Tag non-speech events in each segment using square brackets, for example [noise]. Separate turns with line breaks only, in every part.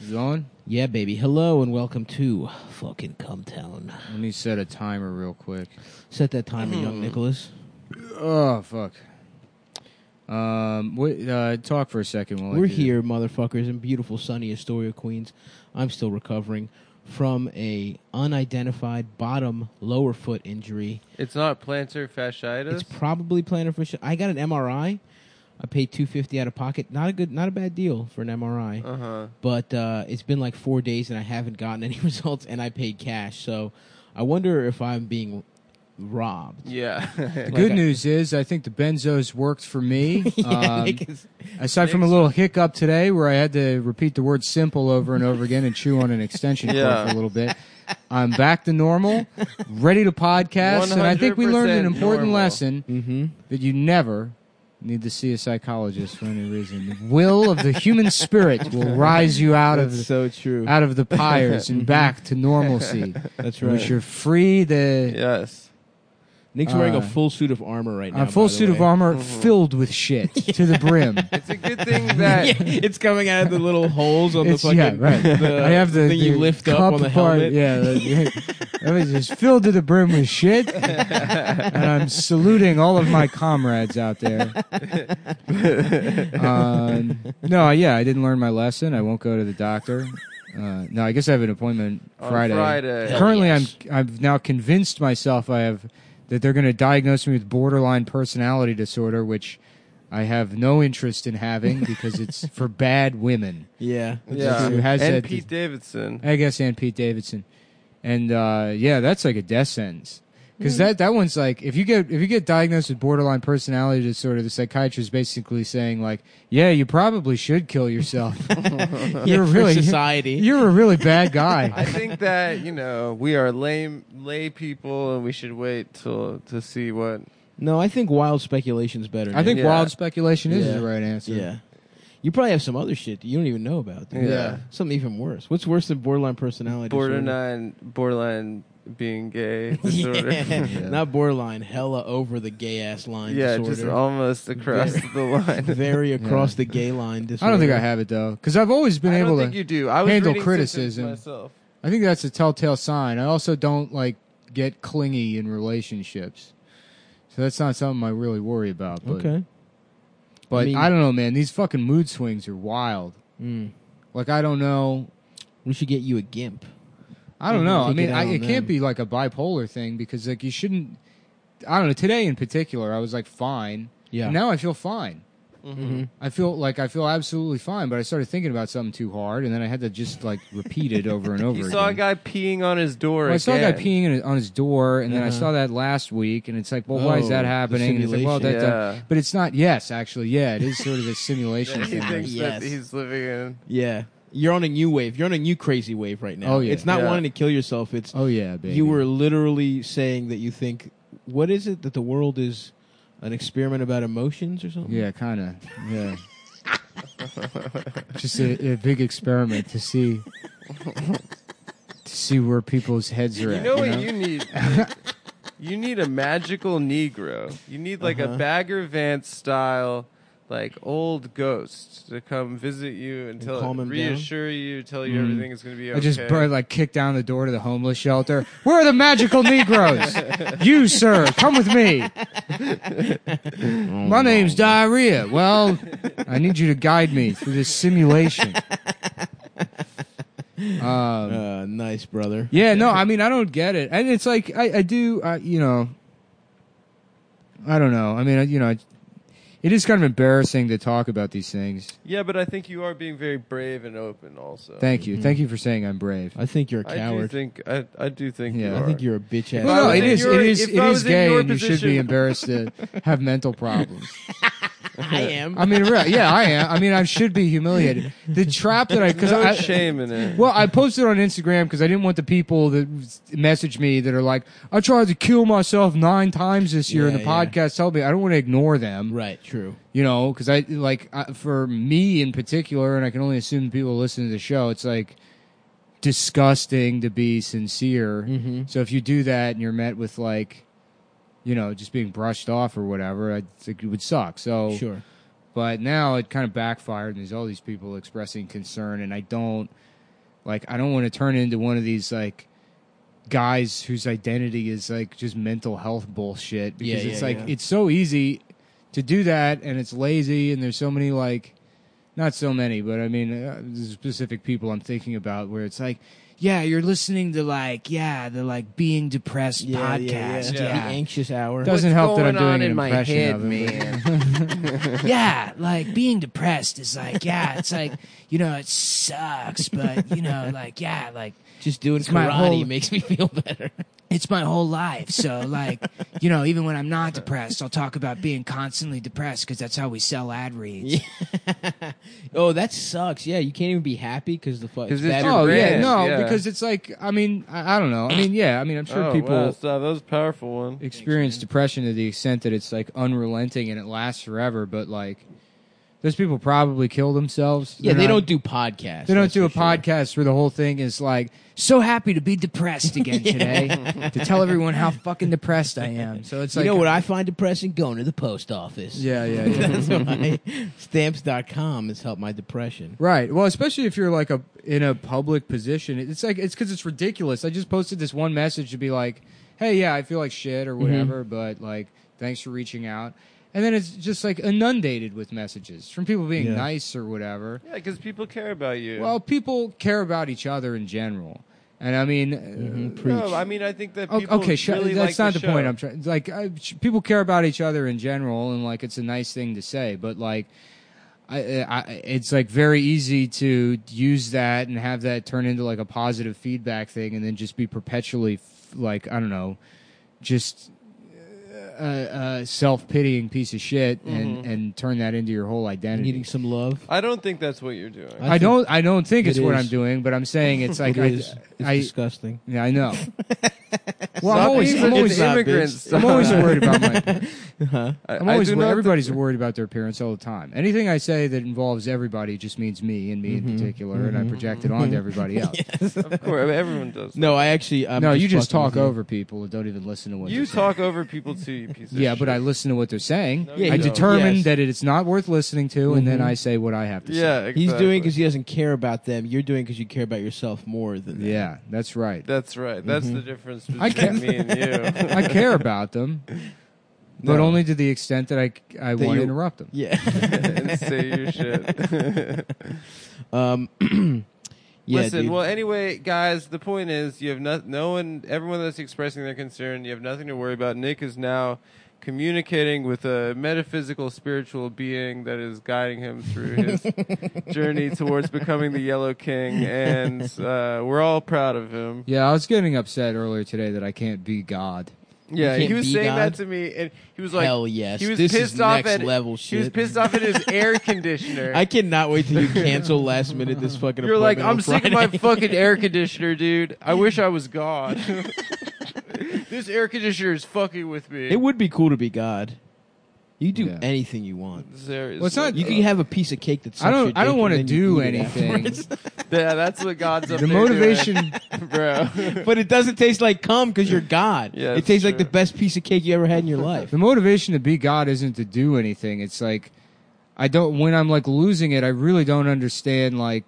Is it on?
Yeah, baby. Hello and welcome to fucking Cumtown.
Let me set a timer real quick.
Set that timer,
Hmm.
young Nicholas.
Oh fuck. Um, wait, uh, talk for a second while I
We're
do that.
here, motherfuckers, in beautiful sunny Astoria, Queens. I'm still recovering from a unidentified bottom lower foot injury.
It's not plantar fasciitis.
It's probably plantar fasciitis. I got an MRI. I paid two fifty out of pocket. Not a good, not a bad deal for an MRI.
uh huh.
but uh, it's been like four days and I haven't gotten any [laughs] results, and I paid cash. So I wonder if I'm being robbed. [laughs]
Yeah. [laughs]
The
Like
good
I-
news is, I think the benzos worked
[laughs]
for me.
yeah,
Um,
Nick is-
aside from a little hiccup today, where I had to repeat the word "simple" over and over again and chew on an extension cord
Yeah.
for a little bit, I'm back to normal, ready to podcast, and I think we learned an
[laughs]
100%
important
normal.
lesson
Mhm.
that you never need to see a psychologist for any reason. The will of the human spirit will rise you out of
That's so true.
out of the
[laughs]
pyres and back to normalcy.
That's
Which
right.
you're free to
yes.
Nick's wearing
Uh,
a full suit of armor right now.
a full
by the
suit of
way. Mm-hmm.
armor filled with
[laughs]
shit to the brim.
It's a good thing
yeah,
that
it's coming out of the
[laughs]
little holes on the
It's-
fucking.
yeah, right.
[laughs] the
I have the,
thing you
the
lift up
cup
on the
part,
helmet.
Yeah,
[laughs]
that that was just filled to the brim with shit, and I'm saluting all of my comrades out there. [laughs] Um, no, yeah, I didn't learn my lesson. I won't go to the doctor. Uh, no, I guess I have an appointment
on
Friday.
Friday.
Currently,
yes.
I'm I've now convinced myself I have that they're going to diagnose me with borderline personality disorder, which I have no interest in having because
[laughs]
it's for bad women.
[laughs] Yeah.
Yeah.
Who [laughs] has
and
that-
Pete Davidson.
I guess and Pete Davidson, and uh, yeah, that's like a death sentence because that that one's like if you get if you get diagnosed with borderline personality disorder, the psychiatrist is basically saying like, yeah, you probably should kill
[laughs]
yourself. [laughs]
Yeah,
you're
for
really
society.
You're a really bad
I
guy.
think that you know we are lame lay people, and we should wait till to see what.
no, I think wild speculation's better.
I think
Yeah.
wild speculation is
Yeah.
the right answer.
Yeah. You probably have some other shit that you don't even know about. dude.
Yeah.
Something even worse. What's worse than borderline personality? disorder?
borderline borderline
[laughs]
being gay
[laughs]
disorder.
yeah.
[laughs] Yeah,
Not borderline. Hella over the gay ass line. disorder.
just almost across
Very-
the
[laughs]
line.
very across the gay line. Disorder.
I don't think I have it though, because I've always been
[laughs] I
able
don't
to.
think you do. I was
handle
reading symptoms
criticism.
myself.
I think that's a telltale sign. I also don't like get clingy in relationships, so that's not something I really worry about. But,
Okay.
but I,
I mean-
don't know, man. These fucking mood swings are wild.
Mm.
Like I don't know.
We should get you a gimp.
I don't
Mhm.
know. I
Take
mean,
it
I,
out
it
on them.
can't be like a bipolar thing because like you shouldn't. I don't know. Today in particular, I was like fine.
Yeah. Mm-hmm.
Now I feel fine.
Mm-hmm.
I feel like I feel absolutely fine, but I started thinking about something too hard, and then I had to just like repeat it over and over.
[laughs] You
again.
saw a guy peeing on his door.
Well, I saw a guy
again. [laughs]
peeing in, on his door, and then I
Uh-huh.
saw that last week, and it's like, well, why is
Oh,
that
the
happening? And it's like, well, that, uh,
simulation.
Yeah.
but it's not. Yes, actually, yeah, it is sort of a
[laughs]
simulation
He
thing.
thinks
Yes.
that he's living in.
Yeah. You're on a new wave. You're on a new crazy wave right now.
Oh, yeah.
It's not
Yeah.
wanting to kill yourself. It's
Oh yeah, baby.
you were literally saying that you think. What is it that the world is an experiment about emotions or something?
Yeah, kind of. Yeah. Just a, a big experiment to see to see where people's heads are
You
at.
know
you
what
know?
you need? you need a magical Negro. You need like
Uh-huh.
a Bagger Vance style, like old ghost to come visit you and, tell,
calm him
reassure you, tell you everything is going to be okay.
Mm. I just bur- like kicked down the door to the homeless shelter. Where are the magical
[laughs]
Negroes? you, sir, come with me. My name's Diarrhea. Well, I need you to guide me through this simulation. Um,
Uh, nice, brother.
yeah, no, I mean, I don't get it, and it's like I, I do, I, you know, I don't know. I mean, I, you know, it is kind of embarrassing to talk about these things.
yeah, but I think you are being very brave and open. Also,
Thank you, thank you for saying I'm brave.
I think you're a
Mm-hmm. I do
coward.
think I, I do think
Yeah.
you
I
are.
think you're a bitch ass.
If I
No, no,
was
it
in
is.
your-
it is.
if
It
I
is
was in
gay,
your
and you should be
position-
embarrassed
[laughs]
to have mental problems.
I am.
I mean, re- yeah, I am. I mean, I should be humiliated. The trap that I because
no
I
shame in it.
Well, I posted on Instagram because I didn't want the people that message me that are like, "I tried to kill myself nine times this year," and
Yeah,
the
yeah.
podcast told me I don't want to ignore them,
Right. True.
you know, because I like I, for me in particular, and I can only assume people listen to the show. It's like disgusting to be sincere.
Mhm.
So if you do that and you're met with like, you know, just being brushed off or whatever, I think it would suck. So
Sure.
but now it kind of backfired and there's all these people expressing concern and i don't Like I don't want to turn into one of these like guys whose identity is like just mental health bullshit because
Yeah,
it's
yeah,
like
yeah.
it's so easy to do that and it's lazy and there's so many like not so many but I mean uh, there's specific people I'm thinking about where it's like yeah you're listening to like yeah the like being depressed podcast
yeah.
The
yeah.
anxious hour.
Does- Doesn't
What's
help that I'm
going on
doing an
in my
impression
head,
of him,
man.
[laughs] yeah, like being depressed is like, yeah, it's like, you know, it sucks, but you know, like, yeah, like
Just doing
It's my
karate
whole-
makes me [laughs] feel better.
it's my whole life. So like, you know, even when I'm not depressed, I'll talk about being constantly depressed because that's how we sell ad reads.
Yeah. oh, that sucks. Yeah, you can't even be happy because the fuck.
'Cause it's
bad
your
Oh
for-
yeah,
brand,
no,
yeah.
because it's like, I mean, I, I don't know. I mean, yeah, I mean, I'm sure
oh,
people
wow, so that was a powerful one.
experience depression to the extent that it's like unrelenting and it lasts forever. But like, those people probably kill themselves.
Yeah,
They're
they
not-
don't do podcasts.
They don't
that's
do a
for sure.
podcast where the whole thing is like, so happy to be depressed
[laughs]
again today, to tell everyone how fucking depressed I am. So it's
You
like,
know what I find depressing? Going to the post office.
yeah, yeah,
[laughs]
yeah.
That's why stamps.com has helped my depression.
right. Well, especially if you're like a in a public position, it's like it's because it's ridiculous. I just posted this one message to be like, hey, yeah, I feel like shit or
Mm-hmm.
whatever, but like, thanks for reaching out. And then it's just like inundated with messages from people being
Yeah.
nice or whatever.
Yeah, because people care about you.
Well, people care about each other in general, and I mean,
Mm-hmm.
uh,
no, I mean I think that
O-
people
okay, sh-
really like
that's not the,
show.
point. I'm trying. Like, I, sh- people care about each other in general, and like, it's a nice thing to say. But like, I, uh, I, it's like very easy to use that and have that turn into like a positive feedback thing, and then just be perpetually f- like, I don't know, just a uh, uh, self pitying piece of shit, and
Mm-hmm.
and turn that into your whole identity.
Needing some love.
I don't think that's what you're doing.
I, don't. I don't think
It
it's what
is.
I'm doing, but I'm saying it's
[laughs]
like
It
I.
is. It's
I [laughs]
disgusting.
yeah, I
[laughs]
know. well, I'm
Stop
always,
being
I'm
such
always
an
not, bitch.
immigrant.
I'm
Stop.
always worried
[laughs]
about my.
I-
I'm
I
always
do
worried.
not
Everybody's
think-
worried about their appearance all the time. Anything I say that involves everybody just means me and me
Mm-hmm.
in particular, and I project it
[laughs]
onto everybody else.
Of course, I mean, everyone does.
No, I actually. I'm
no, you just
fucking
talk
with you.
over people and don't even listen to what
You
they're saying.
talk over people too, you piece of
Yeah,
shit.
but I listen to what they're saying.
No, you
I
don't.
determine
Yes.
that it's not worth listening to, and then
Mhm.
I say what I have to
Yeah,
say.
exactly.
He's doing because he doesn't care about them. You're doing because you care about yourself more than them.
Yeah, that's right.
[laughs] That's right. That's the difference between
Mm-hmm. I ca-
me and you.
I care about them, but
No.
only to the extent that I I
That
want to
you-
interrupt them. [laughs]
Yeah.
[laughs] and say your shit.
[laughs] um, [clears throat] yeah,
Listen,
dude.
well, anyway, guys, the point is you have no, no one, everyone that's expressing their concern, you have nothing to worry about. Nick is now communicating with a metaphysical, spiritual being that is guiding him through his
[laughs]
journey towards becoming the Yellow King,
[laughs]
and uh, we're all proud of him.
Yeah, I was getting upset earlier today that I can't be God.
Yeah,
You
he
can't
was
be
saying
God?
that to me, and he was like,
Hell yes.
he was
This is
pissed off
next
at
level
He was
shit.
pissed off at his
[laughs]
air conditioner.
I cannot wait till you cancel last minute this fucking.
You're like,
appointment
I'm
on
sick of my
Friday."
fucking air conditioner, dude. I wish I was God. this air conditioner is fucking with me.
It would be cool to be God. You do
Yeah.
anything you want.
Seriously.
Well, it's not-
You can have a piece of cake that's.
I don't. I don't want to do anything.
yeah, that's what God's up
The
there
motivation.
doing, [laughs] bro.
[laughs] [laughs] but it doesn't taste like cum because you're God.
Yeah,
it
that's
tastes like
true.
the best piece of cake you ever had in your life.
[laughs] The motivation to be God isn't to do anything. It's like I don't when I'm like losing it, I really don't understand like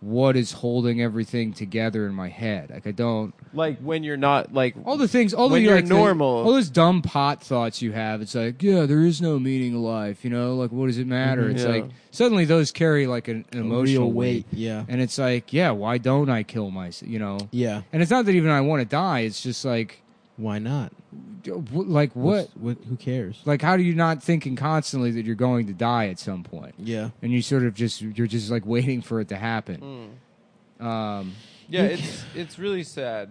what is holding everything together in my head. Like I don't
like when you're not like
all the things all
When
the
you're
like, the-
normal.
all those dumb pot thoughts you have. It's like, yeah, there is no meaning to life, you know? Like what does it matter? It's
Mm-hmm. Yeah.
like suddenly those carry like an, an
A
emotional
real
weight.
weight. Yeah.
And it's like, yeah, why don't I kill myself, you know?
Yeah.
And it's not that even I want to die, it's just like
Why not?
d- wh- like what
What's- What? Who cares?
like how do you not thinking constantly that you're going to die at some point
Yeah.
and you sort of just you're just like waiting for it to happen
Hmm.
um
yeah, it's it's really sad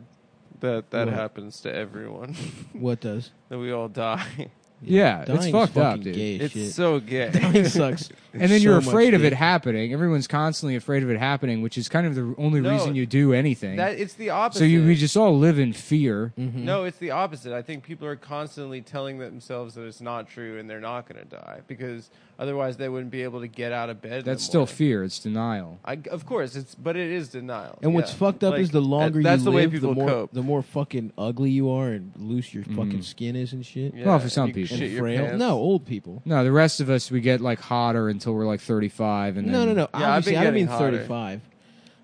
that that
What?
happens to everyone [laughs]
What does?
that we all die.
yeah, it's
Dying's
fucked up
fucking
dude
Gay as
It's
shit.
so gay.
[laughs]
[laughs]
Dying sucks.
and then you're
So
afraid
much
of it
gay.
happening everyone's constantly afraid of it happening which is kind of the only
No,
reason you do anything
That it's the opposite.
so you we just all live in fear
Mm-hmm.
No, it's the opposite. I think people are constantly telling themselves that it's not true and they're not going to die because otherwise they wouldn't be able to get out of bed. in
that's
the
still
morning.
fear it's denial
I, of course, it's but it is denial.
And what's
yeah.
fucked up
Like,
is the
that-
longer
that's
you
the
live,
way people
the more
cope.
the more fucking ugly you are and loose your fucking skin is and shit.
Yeah,
Well, for some
you
people.
And
shit your
frail.
pants.
No, old people.
no the rest of us we get like hotter until we're like 35 and
No, no,
then-
no.
Yeah, I've
Obviously,
been
I don't
getting
mean
hotter.
thirty-five.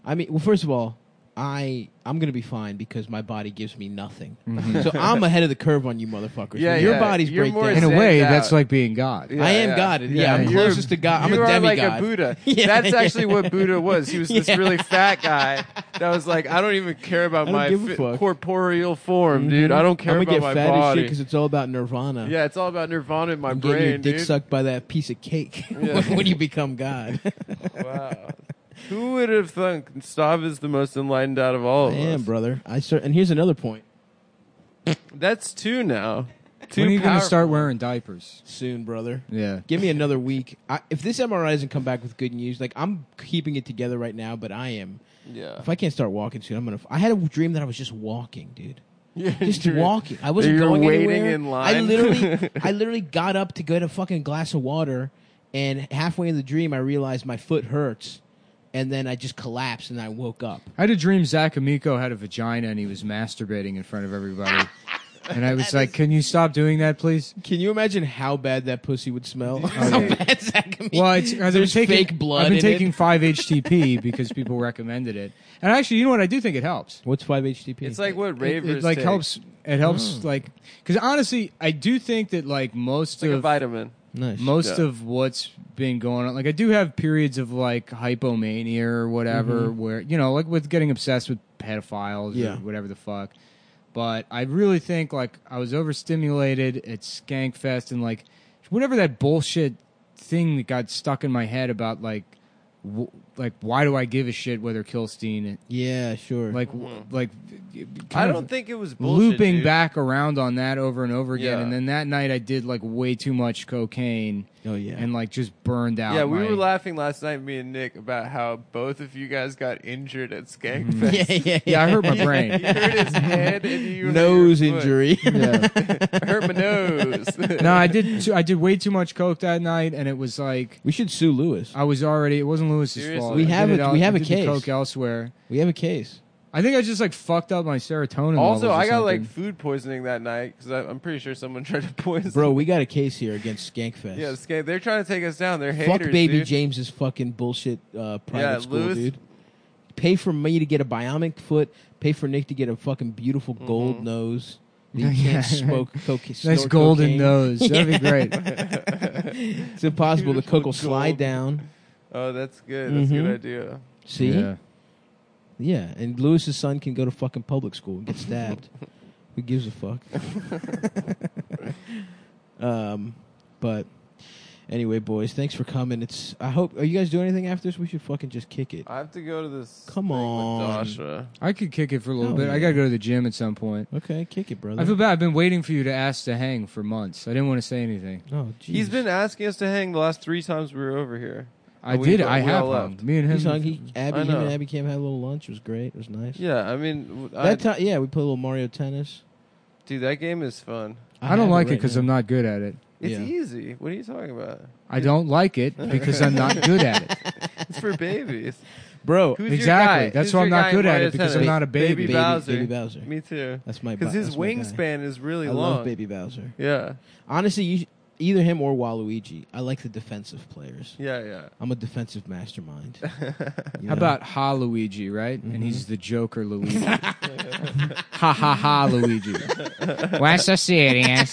I mean, well, first of all, I I'm gonna be fine because my body gives me nothing. so [laughs] I'm ahead of the curve on you, motherfuckers.
Yeah,
your
yeah.
body's
You're
breakdown.
more
In a
Zen
way,
out.
that's like being God.
Yeah,
I am
yeah.
God. Yeah, I'm
Yeah.
closest to God. I'm
you
a
are
demigod.
like a Buddha.
[laughs] Yeah.
That's actually what Buddha was. He was this
Yeah.
really
[laughs]
fat guy that was like, I don't even care about
I don't
my
give a
fit-
fuck.
corporeal form, dude. I don't care
I'm
about
gonna
my
get fat as shit
body.
because it's all about nirvana.
yeah, it's all about nirvana in my
I'm
brain,
getting your dick
dude.
sucked by that piece of cake
Yeah.
[laughs] when you become God.
Wow. Who would have thunk Stav is the most enlightened out of all of
[laughs] Damn,
us?
brother. I cer- and here's another point.
That's two now. Two
when are you going to
powerful-
start wearing diapers?
Soon, brother.
Yeah.
Give me another week. I, if this MRI doesn't come back with good news, like I'm keeping it together right now, but I am.
Yeah.
If I can't start walking soon, I'm gonna. F- I had a dream that I was just walking, dude.
Yeah, [laughs]
Just
you're-
walking. I wasn't
you're
going
waiting
anywhere.
in line.
I
[laughs]
literally, I literally got up to get a fucking glass of water, and halfway in the dream, I realized my foot hurts, and then I just collapsed and I woke up.
I had a dream Zach Amico had a vagina and he was masturbating in front of everybody. and I was like, can you stop doing that, please?
Can you imagine how bad that pussy would [laughs] smell? bad that could be.
Well, it's, I've been
There's
taking,
fake blood.
I've been
in
taking
It.
5-HTP because people recommended it. And actually, you know what? I do think it helps.
What's five HTP?
It's like what
It,
ravers
it, like
take. Mm.
helps. It helps like because honestly, I do think that like most
It's like a
of
vitamin.
nice.
most
Yeah.
of what's been going on like i do have periods of like hypomania or whatever where you know like with getting obsessed with pedophiles
Yeah.
or whatever the fuck but i really think like i was overstimulated at skankfest and like whatever that bullshit thing that got stuck in my head about like w- like why do i give a shit whether kilstein
yeah, sure.
like w- like
Mm-hmm. I
kind of-
don't think it was bullshit,
looping
dude.
back around on that over and over again.
Yeah.
And then that night I did like way too much cocaine.
Oh, yeah.
and like just burned out.
Yeah, we
my-
were laughing last night, me and Nick, about how both of you guys got injured at Skankfest.
[laughs] yeah, [laughs] yeah,
[laughs] Mm. Yeah, I hurt my
[laughs] You
brain.
hurt his head and you hurt
nose
your foot.
[laughs] injury.
Yeah.
I hurt
[laughs]
my nose.
No, I did. Too, I did way too much coke that night, and it was like
we should sue Lewis.
I was already. It wasn't Lewis's
Seriously?
fault.
We
I did
have
it
a-
el-
we have
I
a
did the
case.
coke elsewhere.
We have a case.
I think I just like fucked up my serotonin.
also,
levels or
I got
something.
like food poisoning that night because I'm pretty sure someone [laughs] tried to poison.
Bro, we got a case here against Skankfest.
yeah, Skank, they're trying to take us down. They're
Fuck
haters,
baby
dude.
James's fucking bullshit uh, private
Yeah,
school,
Lewis-
dude. Pay for me to get a bionic foot. Pay for Nick to get a fucking beautiful
Mm-hmm.
gold [laughs] nose. that You
Yeah.
can't smoke cocaine.
nice
snort cocaine.
golden nose. That'd be great.
It's impossible. The
Beautiful
coke will slide
gold.
down.
Oh, that's good. That's a
Mhm.
good idea.
See?
Yeah.
Yeah, and Lewis's son can go to fucking public school and get
[laughs]
stabbed. Who gives a fuck? um, but anyway, boys, thanks for coming. It's I hope are you guys doing anything after this? We should fucking just kick it.
I have to go to this.
Come
thing with
on.
Dasha.
I could kick it for a little
Oh,
bit.
yeah.
I gotta go to the gym at some point.
Okay, kick it, brother.
I feel bad. I've been waiting for you to ask to hang for months. I didn't want to say anything.
oh, jeez.
He's been asking us to hang the last three times we were over here.
I
We-
did.
we
I have
all
hung.
left.
Me and him.
He's hung. He, Abby,
I
him and
know.
Abby came had a little lunch. It was great. It was nice.
Yeah, I mean, w- I,
That time, yeah, we played a little Mario Tennis.
dude, that game is fun.
I don't like it because
because
I'm not good at it.
It's
Yeah.
easy. What are you talking about?
I don't like it because I'm not good at it.
It's for
[laughs]
babies.
bro.
Who's
Exactly.
Your guy?
That's
Who's
why
your
I'm not
guy in
good at
Mario
it, because
I'm
Tennis?
not a baby.
Baby
Baby-
Bowser.
Baby Bowser.
Me too.
That's my
Because
bu-
his
that's my guy.
wingspan is really
I
long.
love Baby Bowser.
Yeah.
Honestly, you, sh- either him or Waluigi. I like the defensive players. [laughs]
Yeah. Yeah.
I'm a defensive
[laughs]
mastermind. You
How
know? Mm-hmm.
about Ha Luigi, right? And he's the
[laughs]
Joker Luigi. ha ha ha Luigi. Why
[laughs]
so serious?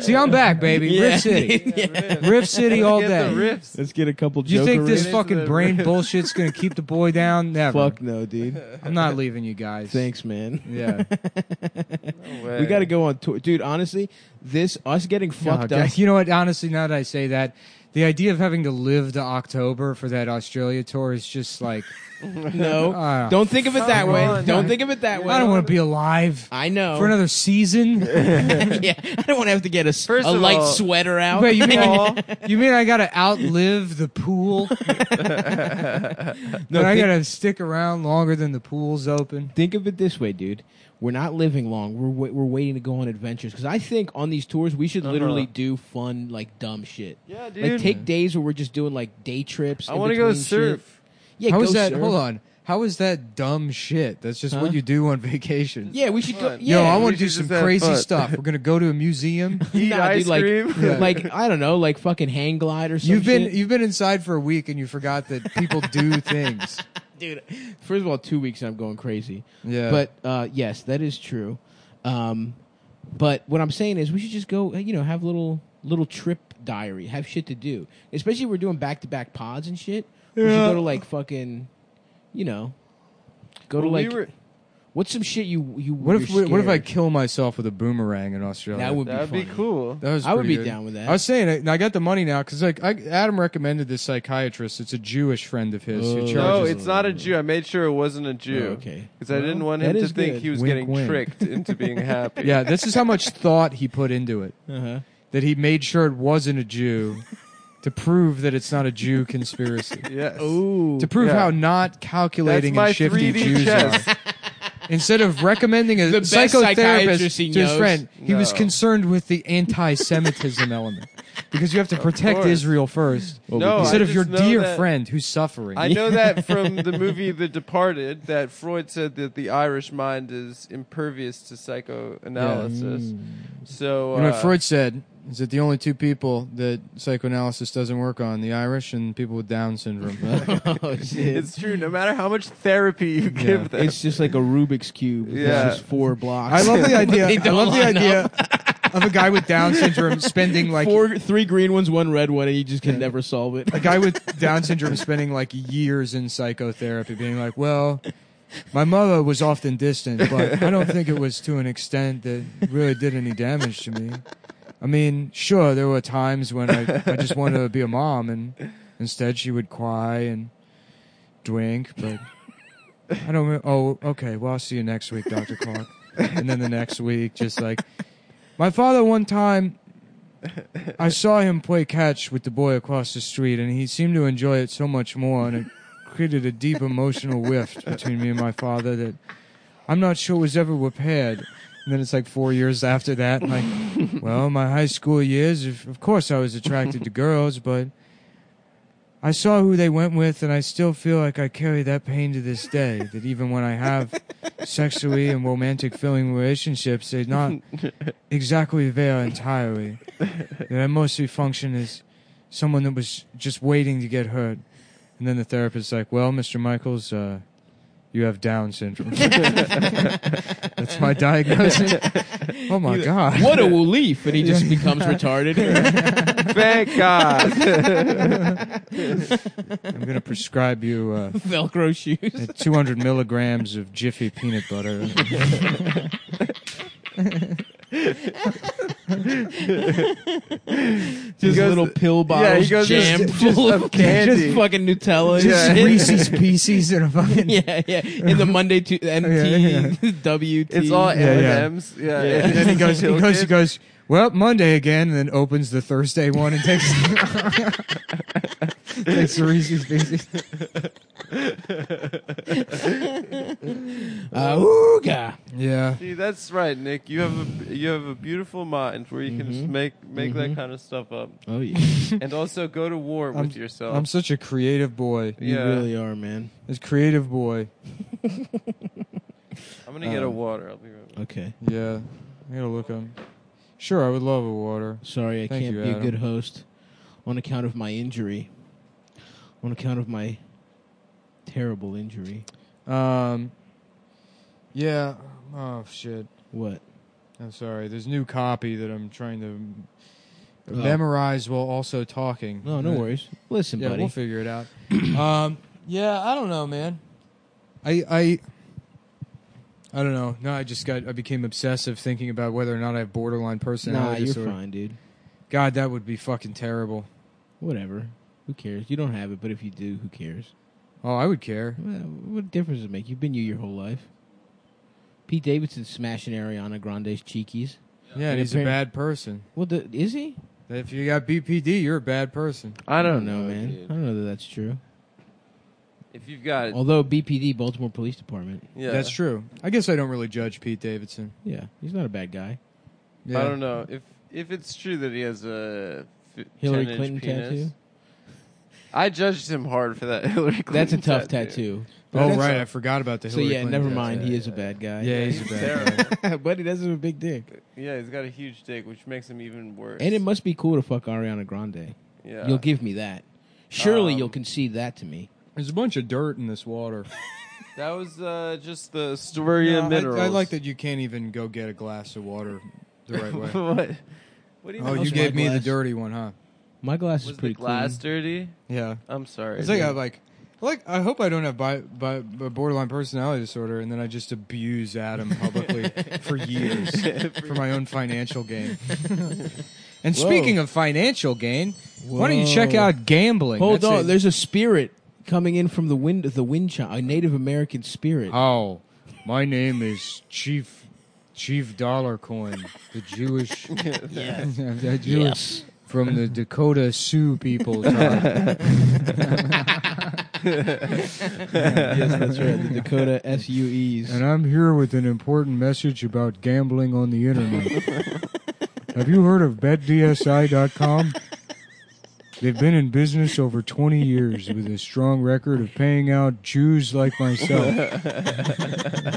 See, I'm back,
[laughs]
baby.
Yeah.
Rift City.
Yeah, riffs.
Rift City all
Get
day.
the riffs.
Let's get a couple.
you think this
Into
fucking
the
brain
riff.
bullshit's gonna keep the
[laughs]
boy down? Never.
Fuck no,
[laughs]
dude.
I'm not leaving you guys.
Thanks, man.
[laughs]
[laughs]
Yeah.
No way.
We got to go on tour, dude. Honestly, this us getting fucked
Oh,
up.
God. You know what? Honestly, now that I say that, the idea of having to live to October for that Australia tour is
[laughs]
just like [laughs]
No,
Ah.
don't think of it that
Come
way.
on.
Don't think of it that way.
I don't want to be alive
I know. [laughs]
for another season.
yeah, I don't want to have to get a, s-
First
a
of
light
all-
sweater out.
Wait, you mean I, [laughs] you mean I gotta outlive
[laughs]
the pool?
no,
That I
think,
gotta stick around longer than the pool's open.
think of it this way, dude. We're not living long. We're wait, we're waiting to go on adventures because I think on these tours we should literally do fun like dumb shit.
Uh-huh. Yeah,
Like
dude.
take days where we're just doing like day trips.
I
in
want to go
between shit.
surf.
Yeah,
How
go
is that?
surf.
Hold on. How is that dumb shit? That's just what
Huh?
you do on vacation.
Yeah, we should go.
Fun.
Yo,
Yeah,
I want
We
to do
should
some
just have
crazy
fun.
stuff. We're gonna go to
[laughs]
a museum.
Eat
Nah,
ice
dude, like,
cream.
like I don't know, like fucking hang glide or something.
You've been e- you've been inside for a week and you forgot that people
[laughs]
do things.
dude. First of all, two weeks and I'm going crazy.
Yeah.
But uh, yes, that is true. Um, but what I'm saying is, we should just go. You know, have little little trip diary, have shit to do. Especially if we're doing back to back pods and shit. We should
Yeah.
go to like fucking, you know, [laughs] go to
Well, we
like.
were-
what's some shit you you?
what if
you're
what if I
scared?
kill myself with a boomerang in Australia?
That would be
that'd be
funny.
cool.
That was
I would
pretty
be
good.
down with that.
I was saying, and I got the money now because like I, Adam recommended this psychiatrist. It's a Jewish friend of his
Oh.
who charges.
No,
charges
it's [laughs] not a Jew. I made sure it wasn't a Jew.
Oh, okay.
Because I didn't want
that
him to
is
think
good.
he was
Wink,
getting
wink.
tricked
[laughs]
into being happy.
yeah, this is how much thought he put into it
Uh-huh.
that he made sure it wasn't a Jew to prove that it's not a Jew conspiracy.
Yes.
Oh,
to prove
Yeah.
how not calculating
That's my
and shifty
3D
Jews
chess.
are. Instead of recommending
[laughs]
a
The best
psychotherapist
psychiatrist he
to his
knows.
friend, he was
No.
concerned with the
[laughs]
anti-Semitism element because you have to protect
course.
Israel first
No, I
instead of your
just know
dear
that-
friend who's suffering. [laughs]
I know that from the movie The Departed that Freud said that the Irish mind is impervious to psychoanalysis. So
mm. You know
uh,
what Freud said is that the only two people that psychoanalysis doesn't work on the Irish and people with Down syndrome.
[laughs] oh shit.
it's true. No matter how much therapy you give them, [laughs]
It's just like a Rubik's cube. It's
Yeah.
just four blocks.
[laughs] I
[laughs]
love the [laughs] idea.
They
I
don't
love the
line
idea of a guy with Down syndrome spending [laughs] like
four, three green ones, one red one, and you just can never solve it.
a guy with [laughs] Down syndrome spending like years in psychotherapy, being like, well. My mother was often distant, but I don't think it was to an extent that really did any damage to me. I mean, sure, there were times when I, I just wanted to be a mom, and instead she would cry and drink, but I don't. re- Oh, okay. Well, I'll see you next week, Doctor Clark. And then the next week, just like my father. One time, I saw him play catch with the boy across the street, and he seemed to enjoy it so much more, and it created a deep emotional [laughs] rift between me and my father that I'm not sure was ever repaired. And then it's like four years after that, and
[laughs]
like, well, my high school years, of of course, I was attracted to girls, but I saw who they went with, and I still feel like I carry that pain to this day. That even when
[laughs]
I have sexually and romantic feeling relationships,
[laughs]
they're not exactly there entirely. that I mostly function as someone that was just waiting to get hurt. And then the therapist's like, "Well, Mr. Michaels, uh, you have Down syndrome. [laughs] That's my diagnosis. oh
[laughs]
my
He's
god!
What a relief!
[laughs]
And he just becomes retarded.
[laughs]
thank God.
I'm going to prescribe you uh,
Velcro shoes.
uh, [laughs] 200 milligrams of Jiffy peanut [laughs] butter."
Just
goes-
little pill
yeah, he
bottles
goes just-
jammed
just
full
of
of
candy.
Just fucking Nutella.
Just
and shit. [laughs]
Reese's Pieces and a fucking
yeah, yeah. In the Monday
[laughs]
to [laughs] MT, WT.
It's all M
Yeah,
and
yeah.
M's. Yeah.
Yeah.
And then [laughs] he goes, he
He'll
goes, he
get-
goes. Well, Monday again, and then opens the Thursday one and takes [laughs] takes the Reese's Pieces.
Uh, ooga.
Yeah,
See, that's right, Nick. You have a you have a beautiful mind where you can just
Mm-hmm.
make make that kind of stuff up,
Oh yeah,
and also go
[laughs]
to war
I'm-
with yourself.
I'm such a creative boy.
you
Yeah.
really are, man.
As creative boy,
I'm gonna get a
um,
water. I'll be right back.
Okay,
yeah. I gotta look on. Sure, I would love a water.
sorry I
Thank
can't
you,
be
Adam.
a good host on account of my injury. On account of my terrible injury.
Um, yeah. Oh shit.
What?
I'm sorry. There's new copy that I'm trying to
Oh.
memorize while also talking.
No, no worries. Listen,
Yeah,
buddy.
we'll figure
[clears throat]
it out. um, yeah, I don't know, man. I I I don't know. No, I just got I became obsessive thinking about whether or not I have borderline
nah,
personality
you're
disorder.
fine, dude.
God, that would be fucking terrible.
Whatever. Who cares? You don't have it, but if you do, who cares?
Oh, I would care.
Well, What difference does it make? You've been you your whole life. Pete Davidson smashing Ariana Grande's cheekies.
Yeah,
Like
and he's
appar-
a bad person.
Well, the, is he?
If you got BPD, you're a bad person.
I don't
know, man. I
dude.
don't know that that's true.
If you've got it,
Although BPD, Baltimore Police Department.
yeah.
That's true. I guess I don't really judge Pete Davidson.
Yeah, he's not a bad guy.
Yeah.
I don't know if if it's true that he has a f-
Hillary
10 -inch
Clinton
penis.
tattoo.
I judged him hard for that [laughs] Hillary Clinton.
That's a tough tattoo.
Oh
That's
right,
a-
I forgot about the
So
Hillary.
yeah,
Clinton
never
tattoo.
mind. He is a bad guy.
Yeah, he's a [laughs] bad
[laughs]
guy.
but he does have a big dick,
Yeah, he's got a huge dick, which makes him even worse.
and it must be cool to fuck Ariana Grande.
yeah.
You'll give me that. Surely
Um,
you'll concede that to me.
There's a bunch of dirt in this water.
that was uh, just the story
No,
of minerals.
I, I like that you can't even go get a glass of water the right way.
[laughs]
[laughs]
what? What do
[laughs]
you
oh,
mean?
you
How's
gave
my
me the
glass?
dirty one, huh?
My glass
Was
is
the
pretty
glass
clean.
dirty?
Yeah.
I'm sorry.
It's like I like like I hope I don't have bi- bi- bi- borderline personality disorder, and then I just abuse Adam publicly for
[laughs]
[laughs]
years for my own financial gain. and
Whoa.
speaking of financial gain, why don't you check
Whoa.
out gambling?
Hold
That's
on,
a-
there's a spirit coming in from the wind, the wind chime, a Native American spirit.
oh, my name is Chief Chief Dollar Coin, the Jewish, the Jewish from the Dakota Sioux people. tribe.
yes, that's right.
[laughs]
The Dakota SUEs.
And I'm here with an important message about gambling on the internet. Have you heard of betdsi.com? They've been in business over 20 years with a strong record of paying out Jews like myself. uh,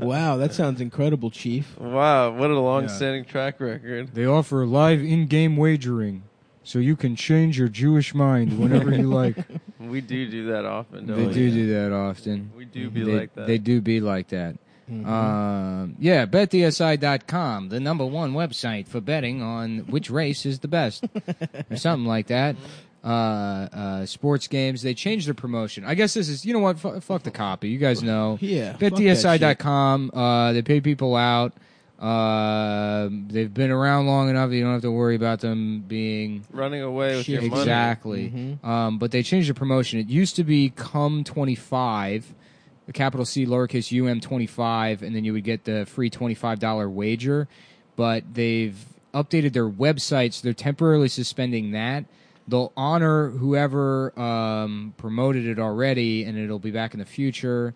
Wow, that sounds incredible, Chief.
Wow, what a long-standing track record.
They offer live in game wagering. So you can change your Jewish mind whenever you like.
We do do that often. Don't
they
we?
do do that often.
We do [laughs] be
they,
like that.
They do be like that. Um, yeah, betdsi.com, the number one website for betting on which race is the best or something like that. Uh, uh, sports games, they changed their promotion. I guess this is, you know what? F- fuck the copy. You guys know.
[laughs] Yeah, fuck that
BetDSI.com, uh, they pay people out. Uh, they've been around long enough. You don't have to worry about them being
Running away with your
Shit.
money. Mm-hmm.
Exactly. Um, but they changed the promotion. It used to be come 25, the capital C, lowercase u, m 25, and then you would get the free $25 wager. But they've updated their website, so they're temporarily suspending that. They'll honor whoever um, promoted it already, and it'll be back in the future.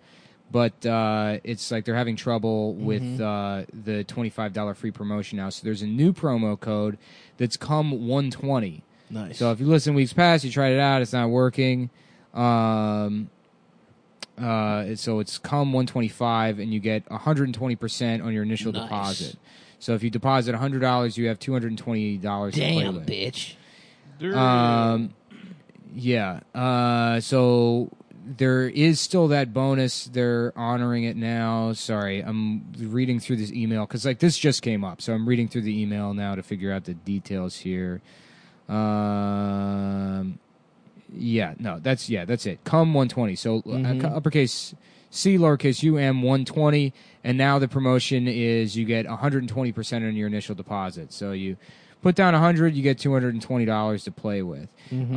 But uh, it's like they're having trouble
Mm-hmm.
with uh, the twenty-five dollar free promotion now. So there's a new promo code that's come one twenty.
Nice.
So if you listen weeks past, you tried it out, it's not working. Um, uh, it- so it's come 125, and you get 120% on your initial
Nice.
deposit. So if you deposit $100, you have $220 to play
Damn,
with.
bitch.
Dude.
Um, yeah. Uh, so there is still that bonus. They're honoring it now. Sorry, I'm reading through this email because like this just came up, so I'm reading through the email now to figure out the details here. Um, yeah. No, that's yeah, that's it. Come 120. So uh, uppercase. C lowercase U M one twenty, and now the promotion is you get one hundred and twenty percent on your initial deposit. So you put down 100 you get $220 to play with um,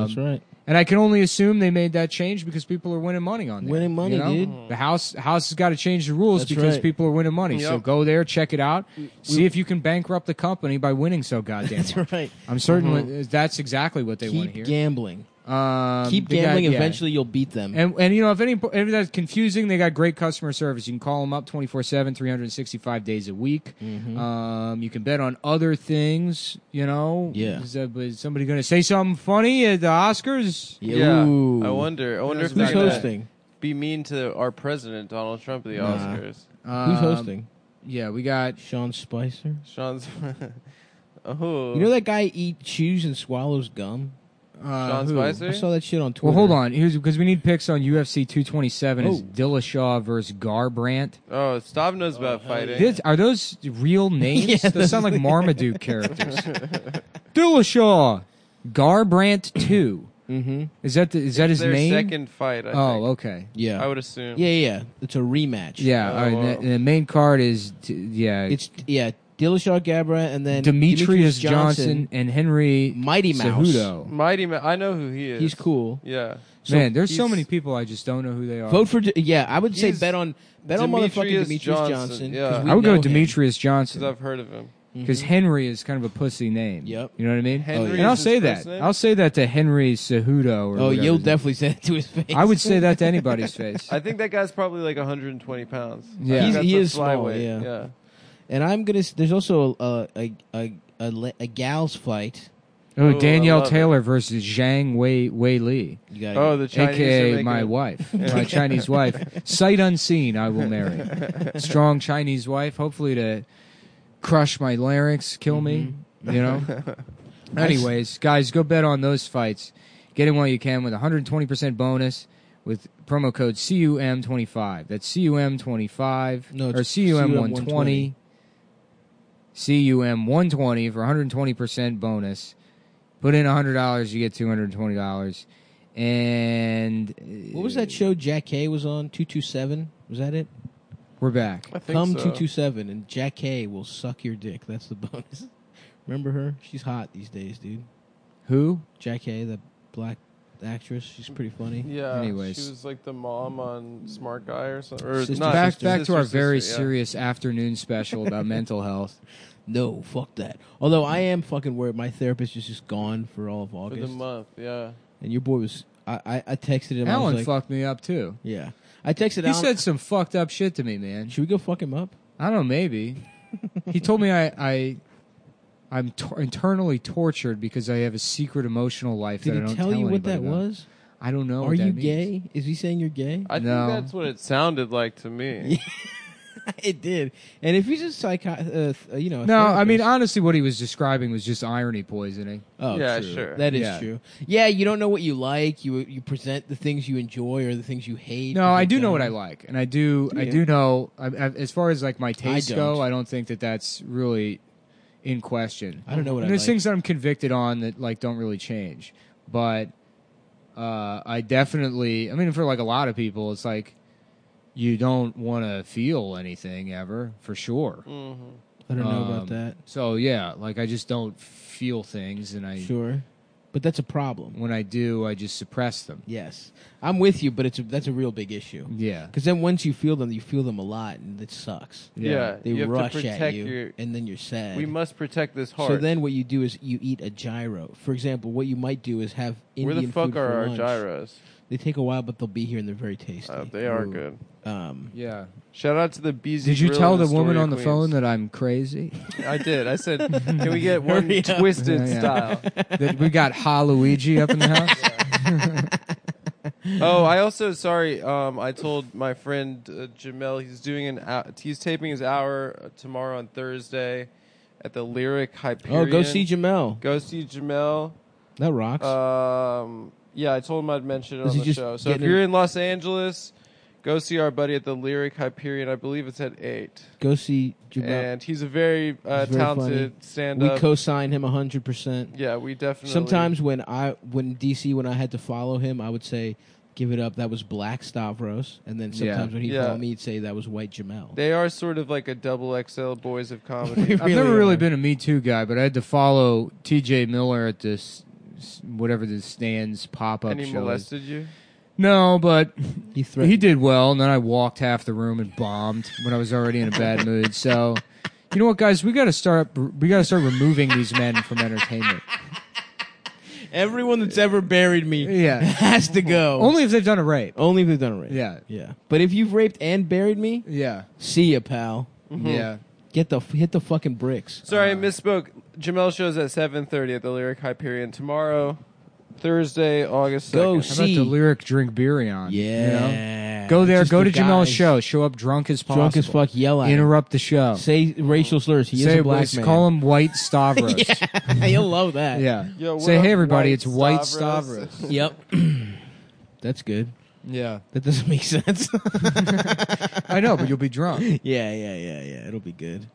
That's right.
and i can only assume they made that change because people are winning money on there
Winning money,
you know?
dude.
the house house has got to change the rules
That's
because
right.
people are winning money so
Yep.
go there check it out see if you can bankrupt the company by winning so goddamn much.
That's right. Uh-huh.
i'm certain that's exactly what Uh, they want to
Keep
hear
gambling.
Um,
Keep
they got-
gambling.
yeah.
Eventually, you'll beat them.
And, and you know, if any if that's confusing, they got great customer service. You can call them up 24 7, 365 days a week.
Mm-hmm.
Um, you can bet on other things, you know.
Yeah.
Is, that- is somebody going to say something funny at the Oscars?
yeah.
Ooh.
I wonder. I wonder if
Who's
they're gonna
hosting?
be mean to our president Donald Trump at the
Nah.
Oscars.
Um,
Who's hosting?
Yeah, we got.
Sean Spicer.
Sean's. [laughs] oh.
You know that guy eat chews and swallows gum.
Uh,
Sean
who?
Spicer.
I saw that shit on Twitter.
Well, hold on. Here's because we need picks on UFC 227. Is
Oh.
Dillashaw versus Garbrandt?
Oh, Stav knows about fighting.
This, are those real
[laughs]
names?
Yeah,
those sound like
[laughs]
Marmaduke characters. Dillashaw, Garbrandt two.
Mm-hmm.
Is that the, is that his
Their
name?
second fight. I
oh,
think.
okay.
Yeah.
I would assume.
yeah, yeah. It's a rematch.
Yeah,
Oh,
all right,
wow.
and the, and the main card is t- yeah.
It's yeah. Dillashaw Gabra and then
Demetrius, Johnson, and Henry
Mighty Mouse.
Cejudo.
Mighty Ma I know who he is.
He's cool.
Yeah.
So
Man, there's so
he's-
many people I just don't know who they are.
Vote for D- yeah. I would say
He's
bet on bet on
Demetrius
motherfucking Demetrius
Johnson,
Johnson. 'cause
yeah.
we
I would
know
go
him.
Demetrius Johnson
Because I've heard of him.
because Henry is kind of a pussy name.
Yep.
You know what I mean?
Mm-hmm. Henry
and
is
I'll
his
say
first
that.
name?
I'll say that to Henry Cejudo. Or
Oh, you'll
whatever his name-
definitely say that to his face.
I would say that to anybody's face.
[laughs] I think that guy's probably like 120 pounds. I
Yeah.
think
He's-
that's
he
a
is small,
flyweight,
yeah.
yeah.
And I'm gonna. s- There's also a a a, a, a, le- a gals fight.
Oh,
I
Danielle
love it.
Taylor versus Zhang Wei Wei Li,
You gotta
Oh, the Chinese are
aka
making
my
it- [laughs]
wife, my Chinese wife. Sight unseen, I will marry. Strong Chinese wife, hopefully to crush my larynx, kill
Mm-hmm.
me. You
[laughs]
know. Anyways, guys, go bet on those fights. Get in while you can with 120% bonus with promo code CUM25. That's CUM25
No,
or
it's
CUM120. CUM120 for 120% bonus. Put in $100, you get $220. And uh,
What was that show Jack K was on? Two two seven. Was that it?
We're back.
I think
Come
so.
two two seven, and Jack K will suck your dick. That's the bonus. [laughs] Remember her? She's hot these days, dude.
Who?
Jack K, the black actress. She's pretty funny.
Yeah.
Anyways.
she was like the mom on Smart Guy or something. Or
Sister,
not,
back
sister,
back
sister,
to our
sister,
very
yeah.
serious afternoon special
[laughs]
about mental health.
No, fuck that. Although I am fucking worried. My therapist is just gone for all of
for
August,
the month. Yeah.
and your boy was. I I, I texted him. I was
Alan
like,
fucked me up too.
Yeah, I texted.
He
Alan,
said some fucked up shit to me, man.
"Should we go fuck him up?"
I don't know, maybe. he told me I, I I'm tor- internally tortured because I have a secret emotional life
Did
that I
he
don't
tell, you what
anybody
that
about.
was?
I don't know.
Are
what that
you
means.
gay? Is he saying you're gay?
I
No.
think that's what it sounded like to me.
[laughs] it did. And if he's a psycho, uh, th- uh, you know, a
No, I mean
therapist-
honestly, what he was describing was just irony poisoning.
oh,
Yeah,
true.
sure.
that is
Yeah.
true. Yeah, you don't know what you like. You you present the things you enjoy or the things you hate.
No, I do know what I
like.
like, and I do, I
Yeah.
do know. I, I, as far as like my tastes go,
don't.
I don't think that that's really in question.
I don't know what
And
I
there's
like.
things that I'm convicted on that like don't really change, but uh, I definitely. I mean, for like a lot of people, it's like you don't want to feel anything ever for sure.
Mm-hmm.
I don't know about
Um,
that.
So yeah, like I just don't feel things, and I
Sure, but that's a problem.
when I do, I just suppress them.
Yes, I'm with you, but it's a, that's a real big issue.
Yeah,
Because then once you feel them, you feel them a lot, and it sucks.
Yeah.
Yeah.
They
you have
rush
to protect
at you,
your.
and then you're sad.
We must protect this heart.
So then what you do is you eat a gyro. For example, what you might do is have
Where
Indian
the fuck
food
are
for
our
lunch.
gyros?
They take a while, but they'll be here, and they're very tasty.
Uh, they are
Ooh.
good.
um,
yeah.
Shout out to the BZ.
Did you
Grill
tell
in
the woman
Astoria,
on the
Queens.
phone that I'm crazy?
I did. I said, "Can
[laughs]
we get one
Hurry up.
twisted
Yeah, yeah.
style?"
that we got Ha Luigi up in the
[laughs]
house?
Oh, I also sorry. Um, I told my friend uh, Jamel he's doing an hou- he's taping his hour uh, tomorrow on Thursday at the Lyric
oh,
Hyperion.
go see Jamel.
Go see Jamel.
That rocks.
Um, yeah, I told him I'd mention it
Is
on
he
the
just
show. So if
getting
you're in Los Angeles, go see our buddy at the Lyric Hyperion. I believe it's at eight,
go see Jamel.
and he's a very, uh,
He's very
talented
We
stand-up.
co-sign him hundred percent.
yeah, we definitely
Sometimes when I when DC when I had to follow him, I would say, "Give it up." That was Black Stavros, and then
Yeah.
sometimes when he'd
Yeah.
call me, he'd say that was White Jamel.
they are sort of like a double XL boys
[laughs]
of
We
comedy.
I've never
are.
really been a Me Too guy, but I had to follow T.J. Miller at this s- whatever the stands pop up
and he
show. is.
molested you.
No, but
He
he
threatened.
did well, and then I walked half the room and bombed when I was already in
[laughs]
a bad mood. So, you know what, guys, we got to start. We got to start removing these men
[laughs]
from entertainment.
Everyone that's ever buried me [laughs]
Yeah,
has to go.
only if they've done a rape.
Only if they've done a rape.
Yeah,
yeah. But if you've raped and buried me,
yeah,
see ya, pal.
yeah.
Get the hit the fucking bricks.
Sorry, I
Uh,
misspoke. Jamel shows at 7:30 at the Lyric Hyperion tomorrow, Thursday, August 2nd.
Go
How about the lyric "Drink Beer on"? you
Yeah.
know? Go there.
Just
Go to
the
Jamel's
guys.
show. Show up drunk as possible.
Drunk as fuck. Yell at him.
Interrupt the show.
Say racial slurs. He
Say
is a black
let's
man.
Call
[laughs]
him White Stavros. yeah.
You'll love that.
Yo, what
Say
up,
hey everybody,
White
it's White
Stavros?"
Stavros.
Yep. [clears throat] that's good.
yeah,
That doesn't [laughs] make
[laughs]
sense.
I know, but you'll
[laughs]
be drunk.
Yeah, yeah, yeah, yeah. It'll be good.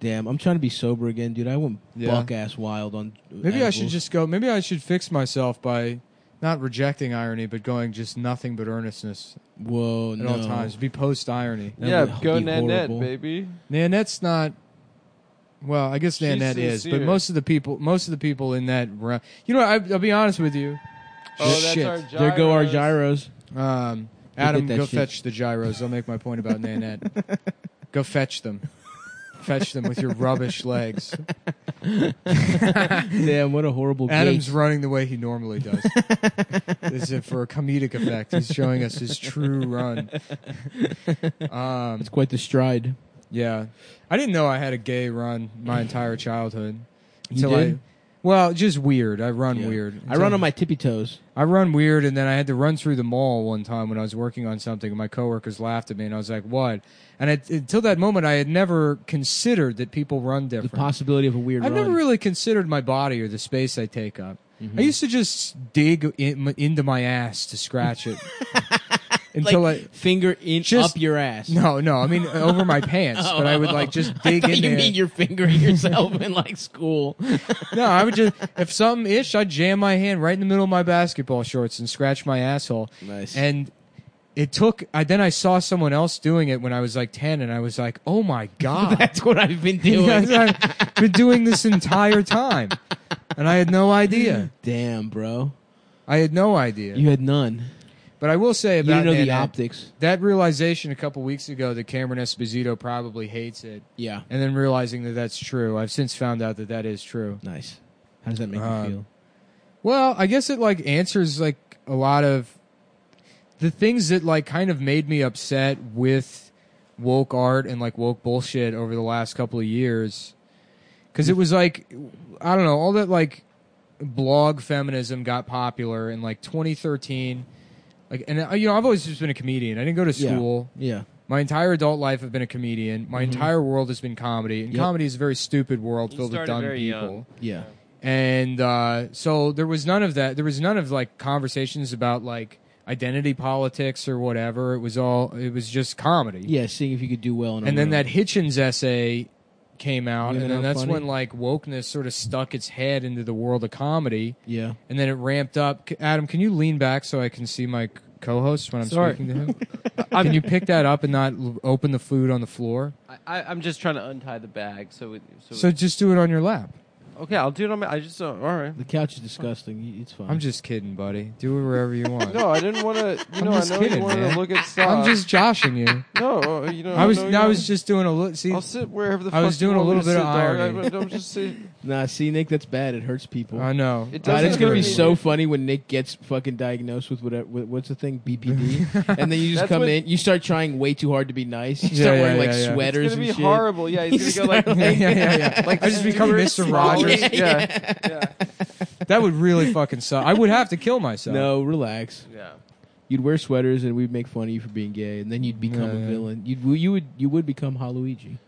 Damn, I'm trying to be sober again, dude. I went
Yeah.
buck ass wild on.
Maybe I should
edibles.
just go. Maybe I should fix myself by not rejecting irony, but going just nothing but earnestness
Whoa,
at
no.
all times. Be post irony.
That
yeah,
would
go
be
Nanette,
horrible.
baby.
Nanette's not. Well, I guess
She's
Nanette is, but
sincere.
most of the people, most of the people in that, ra- you know, I, I'll be honest with you.
Oh, that's
Shit.
our gyros.
There go our gyros.
Um,
Go
Adam,
get that
go
shit.
fetch the gyros. I'll make my point
[laughs]
about Nanette. go fetch them. Fetch them with your rubbish legs.
Damn, what a horrible.
Adam's
gig.
running the way he normally does.
[laughs]
this is for a comedic effect. He's showing us his true run. um,
It's quite the stride.
yeah, I didn't know I had a gay run my entire childhood
You did?
I. Well, just weird. I run
Yeah.
weird.
I run on my tippy toes.
I run weird, and then I had to run through the mall one time when I was working on something, and my coworkers laughed at me, and I was like, "What?" And it, until that moment, I had never considered that people run
The
different.
possibility of a weird
I've
run.
never really considered my body or the space I take up.
Mm-hmm.
I used to just dig in, into my ass to
[laughs]
scratch it until
like,
I.
finger in
Just-
up your ass. [laughs]
No, no, I mean over my pants,
Oh.
but I would like just dig
I thought
in
you
there.
mean you're fingering
[laughs]
yourself in like school. [laughs]
No, I would just if something itched, I'd jam my hand right in the middle of my basketball shorts and scratch my asshole.
Nice.
And it took I then I saw someone else doing it when I was like ten and I was like, Oh my
[laughs]
[laughs] god.
That's what I've been doing.
Because I've been doing this entire time. And I had no idea.
Damn, bro.
I had no idea.
You had none.
But I will say
You
about
didn't know the
Nanette,
optics.
that realization a couple weeks ago that Cameron Esposito probably hates it,
Yeah.
and then realizing that that's true. I've since found out that that is true.
Nice. How does that make
Um,
you feel?
Well, I guess it like answers like a lot of the things that like kind of made me upset with woke art and like woke bullshit over the last couple of years. Cuz it was like I don't know, all that like blog feminism got popular in like 2013. Like and uh, you know, I've always just been a comedian. I didn't go to
Yeah.
school.
Yeah.
My entire adult life I've been a comedian. My entire world has been comedy. And
Yep.
comedy is a very stupid world
You
filled with
started
dumb
very
people
young.
Yeah.
and uh, so there was none of that. There was none of like conversations about like identity politics or whatever. It was all. It was just comedy.
Yeah, seeing if you could do well in a
And then
room.
that Hitchens essay came out,
Isn't
and then
that
that's
funny?
when like wokeness sort of stuck its head into the world of comedy,
Yeah.
and then it ramped up. C- Adam, can you lean back so I can see my c- co-host when I'm
Sorry.
speaking to him? can you pick that up and not l- open the food on the floor?
I, I, I'm just trying to untie the bag. So, it, so,
So just do it on your lap.
okay, I'll do it on my. I just uh, all right.
The couch is disgusting. You- It's fine.
I'm just kidding, buddy. Do it wherever you want.
[laughs] No, uh, I didn't want to. You
I'm
know, I
just
know
kidding,
you wanted
man.
to look at stuff.
I'm just joshing you.
no. uh, You know,
I was
know
I
you-
was just doing a little. See,
I'll sit wherever the
I
fuck
was
you
doing a
want me
little
to
bit of
sit, dog.
irony.
I, am just sit.
Nah, see, Nick, that's bad. It hurts people.
I know.
It
God,
doesn't
it's gonna be
hurt.
[laughs] so funny when Nick gets fucking diagnosed with whatever. with- What's the thing?
[laughs]
BPD. and then you just
That's
come
what-
in. You start trying way too hard to be nice. You
Yeah,
start
yeah,
wearing like
yeah, yeah.
sweaters
It's gonna
and
be
shit.
horrible. Yeah, he's
He's
gonna go like.
[laughs] yeah, yeah, yeah. Like I just become
Stuart
Mr. Rogers.
Smalley. [laughs] Yeah, yeah,
That would really fucking suck. I would have to kill myself.
No, relax.
yeah.
You'd wear sweaters, and we'd make fun of you for being gay, and then you'd become
Yeah,
a
yeah.
villain. You'd you would you would become Haluigi.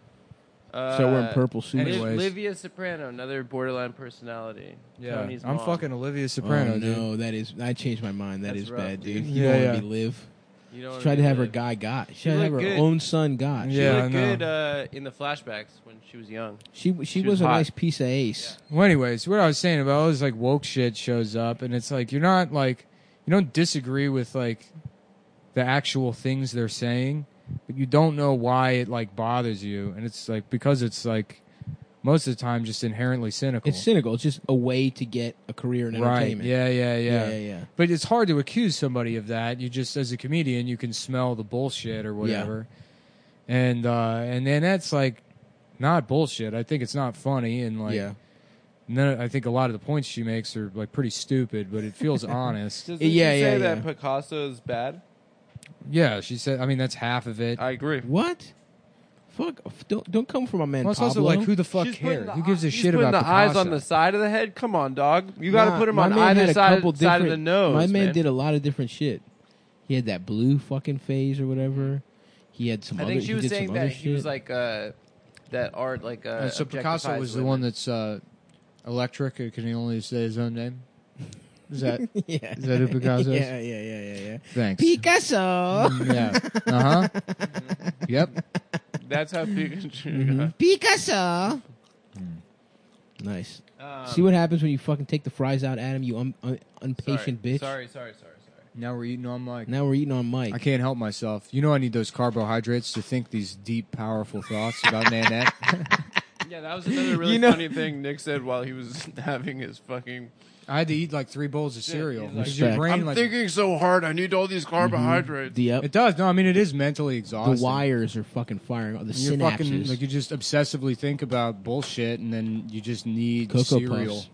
Uh,
Start wearing purple suits.
and it- Anyways.
Olivia Soprano, another borderline personality.
Yeah.
Tony's
I'm
mom.
fucking Olivia
Oh,
Soprano, dude.
no, that is. I changed my mind. That
That's
is
rough,
bad, dude.
dude.
You
Yeah,
don't
yeah.
want to be live.
You
She
don't wanna
tried to
be
have her
Olivia.
guy got. She tried
She
to have her
looked good.
own son got.
She
Yeah, I
looked
know.
good uh, in the flashbacks when she was young.
She she, she
She
was,
was
a
hot.
nice piece of ace.
Well, anyways, what I was saying about all this like woke shit shows up, and it's like you're not like you don't disagree with like the actual things they're saying, but you don't know why it like bothers you, and it's like because it's like most of the time just inherently cynical.
It's cynical. It's just a way to get a career in
right?
entertainment.
Yeah, yeah, yeah,
yeah, yeah.
But it's hard to accuse somebody of that. You just, as a comedian, you can smell the bullshit or whatever. And uh, and then that's like not bullshit. I think it's not funny, and like
yeah.
and then I think a lot of the points she makes are like pretty stupid, but it [laughs] feels honest.
Doesn't
Yeah,
she
yeah,
say
yeah.
that Picasso is bad?
Yeah, she said. I mean, that's half of it.
I uh, agree.
What? Fuck! f- Don't don't come for my man.
well, it's
Pablo.
also like who the fuck
She's putting
cares?
the
Who gives a
eye- she's
shit about
putting the eyes
Picasso?
on the side of the head? Come on, dog. You got to
Nah,
put them
my
on
man had
either
a
side,
couple
side of
different-
the nose.
My man, did a lot of different shit. He had that blue fucking phase or whatever. He had some.
I
other,
think she
he
was
did some
saying
other
that he was
shit.
like uh, that art, like uh,
And so Picasso
objectifies
was the
women.
one that's uh, electric. Can he only say his own name? Is
[laughs]
that [laughs]
yeah.
is that who Picasso is?
[laughs] Yeah, yeah, yeah, yeah, yeah.
thanks?
Picasso.
yeah. [laughs] Uh huh. yep.
That's how Pikachu.
Mm-hmm.
Mm-hmm. Picasso.
Mm.
Nice.
Um,
See what happens when you fucking take the fries out, Adam. You un- un-
sorry,
unpatient bitch.
Sorry, sorry, sorry, sorry.
Now we're eating on mic.
Now we're eating on Mike.
I can't help myself. You know I need those carbohydrates to think these deep, powerful thoughts
[laughs]
about Nanette.
Yeah, that was another really
You know-
funny thing Nick said while he was [laughs] having his fucking.
I had to eat like three bowls of cereal.
he's like-
because your
Respect.
brain,
I'm
like, Mm-hmm.
thinking so hard. I need all these carbohydrates.
The up,
it does. No, I mean it is mentally
the
exhausting.
wires are fucking firing. all The
You're
synapses.
fucking like you just obsessively think about bullshit, and then you just need
Cocoa
cereal.
Puffs.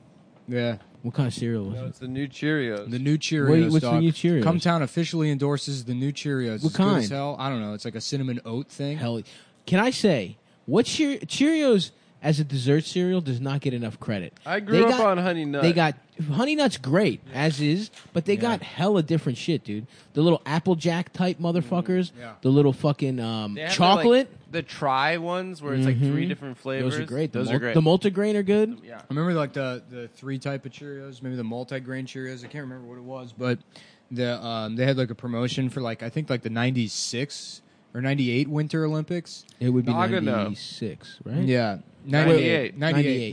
Yeah,
what kind of cereal was
No,
it?
it's the new Cheerios.
the new Cheerios.
what's the
dog.
new Cheerios?
Come Town officially endorses the new Cheerios.
What
It's good as
kind?
hell. I don't know. It's like a cinnamon oat thing.
Hell, can I say what Cheer- Cheerios? as a dessert cereal does not get enough credit.
I grew
They
up
got-
on Honey Nut.
They got Honey Nut's great as is, but they got hella different shit, dude. The little Applejack type motherfuckers,
Mm, yeah.
the little fucking um,
They have the,
chocolate. Mm-hmm.
like, the try ones where it's like three different flavors.
Those are great. The
Those
mul-
are great.
The multigrain are good.
yeah.
I remember like the the three type of Cheerios, maybe the multi-grain Cheerios. I can't remember what it was, but the um, they had like a promotion for like I think like the '96 or '98 Winter Olympics.
It would be
Nagano.
ninety six, right?
Yeah,
98.
98,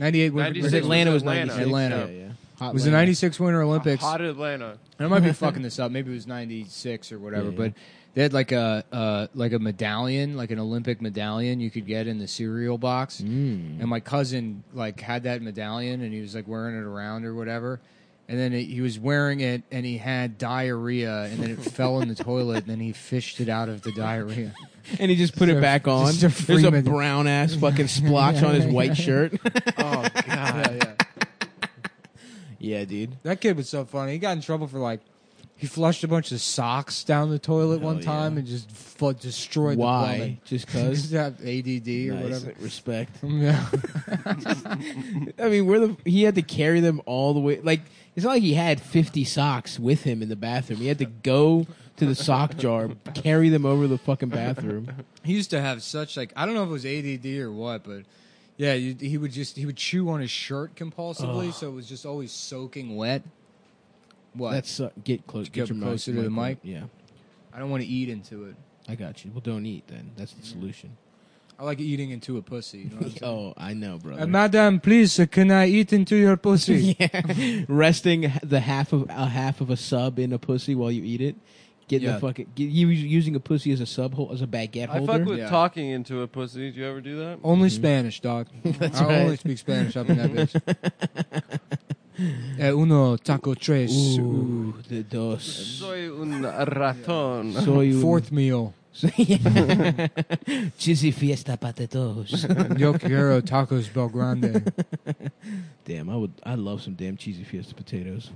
98, 98, 98 Winter
96
Because
Olympics.
Atlanta was
Atlanta.
ninety six.
Atlanta.
Yeah, yeah.
It
Hot
was the
Atlanta.
'96 Winter Olympics.
Hot Atlanta.
And I might be fucking this up. Maybe it was '96 or whatever.
Yeah, yeah.
But they had like a uh, like a medallion, like an Olympic medallion you could get in the cereal box. Mm. And my cousin like had that medallion, and he was like wearing it around or whatever. And then it, he was wearing it, and he had diarrhea, and then it fell in the toilet, and then he fished it out of the diarrhea.
And he just put it back on.
just a
There's a
Freeman.
brown ass fucking
[laughs]
splotch on his white shirt.
Oh god.
Yeah, yeah.
yeah, dude.
That kid was so funny. He got in trouble for like. He flushed a bunch of socks down the toilet one
yeah.
time and just fu- destroyed the
Why?
plumbing.
Just
Does
cause.
have ADD or
Nice.
[laughs] whatever?
Respect.
Yeah.
I mean, where the he had to carry them all the way. Like it's not like he had fifty socks with him in the bathroom. He had to go to the
[laughs]
sock jar, carry them over the fucking bathroom.
[laughs] He used to have such like I don't know if it was ADD or what, but yeah, you, he would just he would chew on his shirt compulsively, so it was just always soaking wet. What?
That's uh, get close.
Get
Get, your
closer
mic,
to the mic.
Yeah,
I don't want to eat into it.
I got you. Well, don't eat then. That's the
[laughs]
solution.
I like eating into a pussy. You know [laughs] what I'm
Oh,
saying?
I know, brother.
Uh, madam, please, uh, can I eat into your pussy?
[laughs] yeah, resting h- the half of a half of a sub in a pussy while you eat it. Getting
Yeah.
the fucking get, you using a pussy as a sub hole as a baguette
I
holder. Oh,
fuck with
Yeah.
talking into a pussy. Do you ever do that?
[laughs] Only Spanish, [laughs] dog. I
right.
only speak Spanish up in that bitch. [laughs] Eh, uno taco tres. Ooh.
Ooh, the dos.
Soy un ratón.
Soy un-
Fourth [laughs] meal.
[laughs] Cheesy fiesta [laughs] patetos.
Yo quiero tacos bel grande.
damn, I would. I love some damn cheesy fiesta potatoes.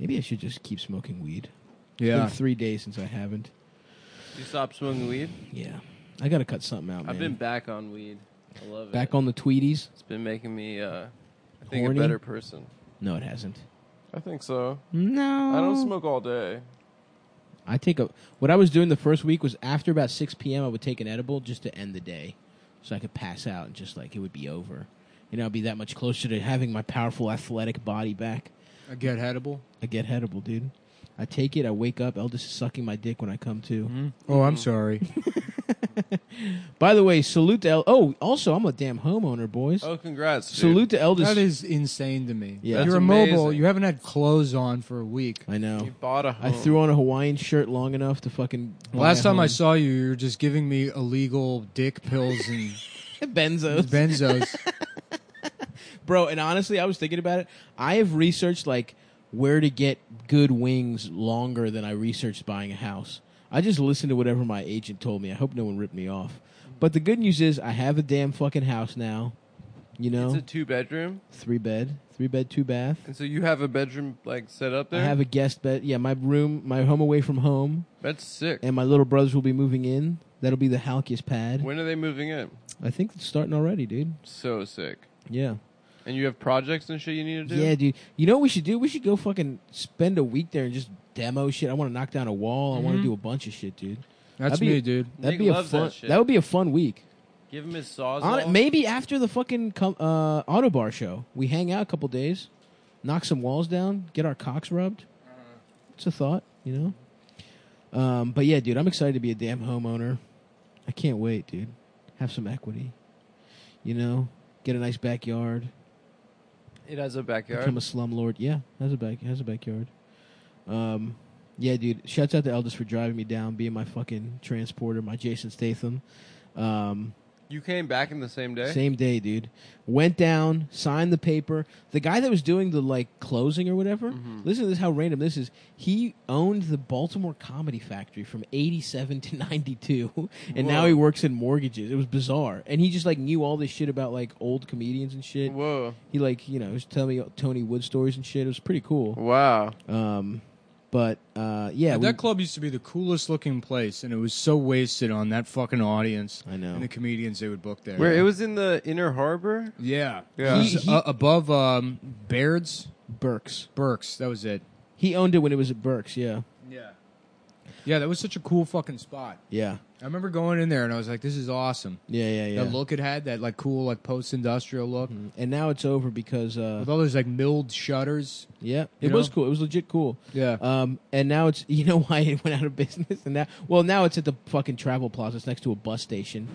Maybe I should just keep smoking weed.
Yeah.
It's been three days since I haven't.
You stop smoking weed?
Yeah, I gotta cut something out.
I've
man.
been back on weed. I love it.
back on the Tweeties.
It's been making me, uh, I think,
Horny?
a better person.
No, it hasn't.
I think so.
No,
I don't smoke all day.
I take a. What I was doing the first week was after about six p.m. I would take an edible just to end the day, so I could pass out and just like it would be over. You know, I'd be that much closer to having my powerful athletic body back.
I get headable.
I get headable, dude. I take it. I wake up. Eldest is sucking my dick when I come to.
Oh,
[laughs]
I'm sorry.
By the way, salute to El- oh, also I'm a damn homeowner, boys.
Oh, congrats. Dude.
salute to eldest.
That is insane to me.
Yeah.
Yeah,
That's
you're immobile.
amazing.
You haven't had clothes on for a week.
I know.
You Oh. bought a home.
I threw on a Hawaiian shirt long enough to fucking. buy
Last
a
time I
home.
saw you, you were just giving me illegal dick pills
[laughs]
and [laughs]
benzos,
benzos.
bro. And honestly, I was thinking about it. I have researched like where to get good wings longer than I researched buying a house. I just listened to whatever my agent told me. I hope no one ripped me off. But the good news is I have a damn fucking house now. You know,
It's a two bedroom.
three bed, three bed, two bath.
And so you have a bedroom, like, set up there?
I have a guest bed. Yeah, my room, my home away from home,
That's sick.
and my little brothers will be moving in. That'll be the Halkius pad.
When are they moving in?
I think it's starting already, dude.
So sick.
Yeah.
And you have projects and shit you need to do?
Yeah, dude. You know what we should do? We should go fucking spend a week there and just demo shit. I want to knock down a wall. I want to do a bunch of shit, dude.
That's
That'd be-
me, dude.
That'd
Mm-hmm. Nick
be a
loves
fun.
that shit.
would be a fun week.
Give him his saws.
On- maybe after the fucking com- uh, auto bar show, we hang out a couple days, knock some walls down, get our cocks rubbed. It's a thought, you know. Um, but yeah, dude, I'm excited to be a damn homeowner. I can't wait, dude. Have some equity, you know. Get a nice backyard.
It has a
Become
backyard.
a slumlord. Yeah, has a back has a backyard. Um, yeah, dude. Shouts out to Eldest for driving me down, being my fucking transporter, my Jason Statham. Um,
You came back in the same day?
same day, dude. Went down, signed the paper. The guy that was doing the like closing or whatever. Listen to this. How random this is. He owned the Baltimore Comedy Factory from '87 to '92, [laughs] and now
Whoa.
he works in mortgages. It was bizarre, and he just like knew all this shit about like old comedians and shit.
Whoa.
He like you know was telling me Tony Wood stories and shit. It was pretty cool.
Wow.
Um, But uh, yeah, we-
that club used to be the coolest looking place, and it was so wasted on that fucking audience
I know.
and the comedians they would book there.
Where it was in the Inner Harbor.
Yeah,
Yeah.
It was,
He- he-
uh, above um, Baird's
Burks.
Burks. That was it.
He owned it when it was at Burks. Yeah,
Yeah, yeah, that was such a cool fucking spot.
yeah,
I remember going in there and I was like, "This is awesome."
yeah, yeah, yeah. Mm-hmm.
The look it had, that like cool like post industrial look
and now it's over because uh,
with all those like milled shutters.
yeah,
You
it was
know?
cool. It was legit cool.
Yeah,
Um, and now it's [laughs] you know why it went out of business and that well now it's at the fucking travel plaza. It's next to a bus station,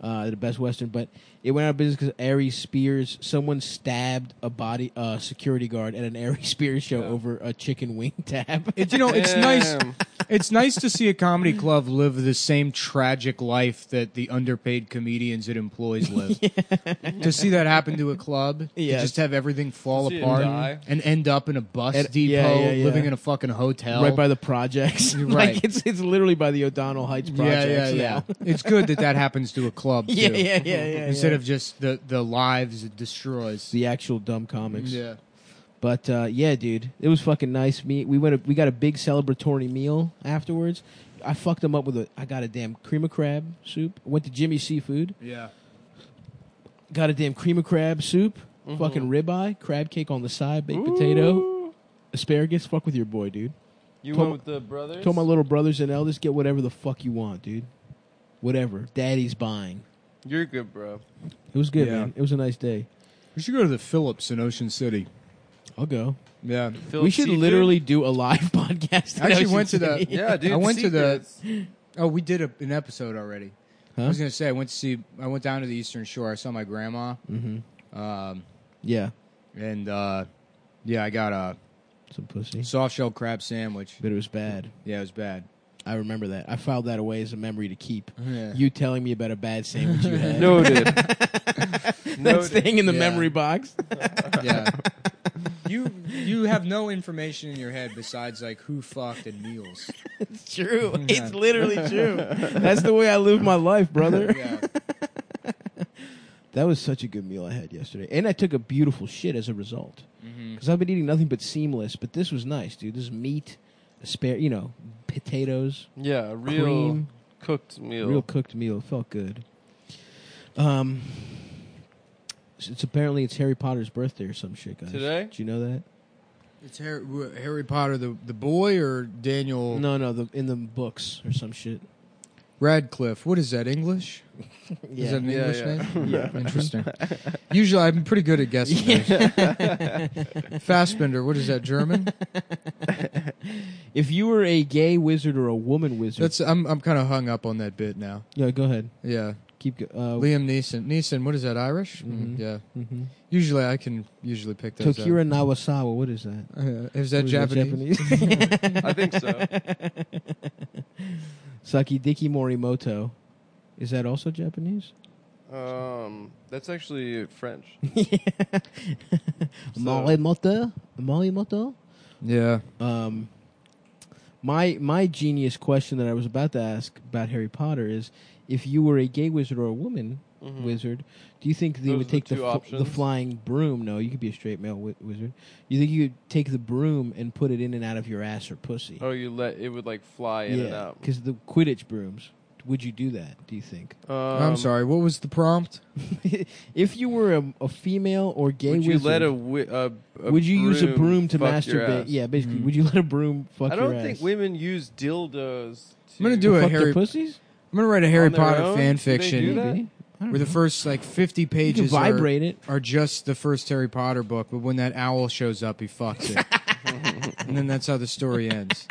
uh, the Best Western. But it went out of business because Aries Spears someone stabbed a body uh, security guard at an Aries [laughs] Spears show over a chicken wing [laughs] tab.
It- you know, it's nice.
Damn.
It's nice to see a comedy club live the same tragic life that the underpaid comedians it
[laughs]
employs live. To see that happen to a club,
Yeah.
to just have everything fall
To see it
apart
die.
and end up in a bus
And-
depot,
yeah, yeah, yeah.
living in a fucking hotel.
Right by the projects, [laughs]
You're
like
right.
it's it's literally by the O'Donnell Heights
yeah,
projects.
yeah,
[laughs]
yeah. it's good that that happens to a club. Too,
Yeah, yeah, yeah, yeah,
Instead
yeah.
of just the the lives it destroys.
the actual dumb comics.
Yeah.
But uh, yeah, dude, it was fucking nice. Me, we went. we got a big celebratory meal afterwards. I fucked them up with a. I got a damn cream of crab soup. Went to Jimmy Seafood.
Yeah.
Got a damn cream of crab soup.
Mm-hmm.
Fucking ribeye, crab cake on the side, baked potato,
Ooh.
asparagus. Fuck with your boy, dude.
You
Told
went with the brothers.
Told my little brothers and elders, get whatever the fuck you want, dude. Whatever. Daddy's buying.
You're good, bro.
It was good,
Yeah.
man. It was a nice day.
We should go to the Phillips in Ocean City.
I'll go.
Yeah.
we
Phillips
should
Seafood?
literally do a live [laughs] podcast. in
I actually
Ocean
went to the-
City.
Yeah, dude.
I went to the-
secrets.
[laughs]
Oh, we did a, an episode already.
Huh?
I was gonna say I went to see. I went down to the Eastern Shore. I saw my grandma,
Mhm.
um,
Yeah.
and uh, yeah, I got a
Some pussy.
soft shell crab sandwich.
But it was bad.
Yeah, it was bad.
I remember that. I filed that away as a memory to keep.
Yeah.
You telling me about a bad sandwich you
[laughs]
had. [laughs]
Noted.
That's
Noted.
staying in the
Yeah.
memory box.
Yeah, you you have no information in your head besides like who fucked and meals.
[laughs] It's [laughs] true. It's
Yeah.
literally true. [laughs] That's the way I live my life, brother.
Yeah,
[laughs] That was such a good meal I had yesterday. And I took a beautiful shit as a result.
Mhm.
Because I've been eating nothing but seamless, but this was nice, dude. This is meat, spare, you know, potatoes,
yeah, a real
cream,
cooked meal.
real cooked meal. It felt good. Um, it's, it's apparently it's Harry Potter's birthday or some shit, guys.
Today?
Did you know that?
it's Harry, Harry Potter the the boy or Daniel
No, no, the, in the books or some shit.
Radcliffe. What is that English? Is that an
Yeah,
English
yeah.
name? Yeah, interesting. Usually, I'm pretty good at guessing. Yeah. Fassbender. What is that German?
If you were a gay wizard or a woman wizard,
That's I'm I'm kind of hung up on that bit now.
no. Go ahead.
Yeah,
Keep. go- Uh,
Liam Neeson. Neeson. What is that Irish? Mm-hmm.
Mhm.
Yeah.
mhm.
Usually, I can usually pick those.
Tokira Nawasawa. What is that?
Up. Uh, is
What
that
is
Japanese?
Japanese?
I think so.
[laughs] Saki Diki Morimoto. Is that also Japanese?
Um, that's actually French.
Morimoto. Morimoto.
Yeah.
um, my my genius question that I was about to ask about Harry Potter is, if you were a gay wizard or a woman
Mhm.
wizard, do you think they
Those
would
are the
take the
two
fl- the
options.
flying broom? No, you could be a straight male wi- wizard. You think you could take the broom and put it in and out of your ass or pussy?
Oh, you let it would like fly in and
yeah,
out.
because the Quidditch brooms. Would you do that? Do you think? [laughs]
I'm
Um,
sorry. What was the prompt?
if you were a, a female or gay
Would you
wizard,
let a, wi- a, a
would you use a broom to
fuck your
masturbate?
ass?
Yeah, basically,
Mm.
would you let a broom fuck
I
your
don't think
ass?
women use dildos. To
I'm gonna do
fuck
it.
their
Harry-
pussies.
I'm gonna write a Harry
On their
Potter
own?
fan
Do they [laughs] do
fiction
that?
Maybe. I don't
where the
know.
first like 50
You can
pages are-
vibrate it.
Are, just the first Harry Potter book, but when that owl shows up, he fucks it, and then that's how the story ends.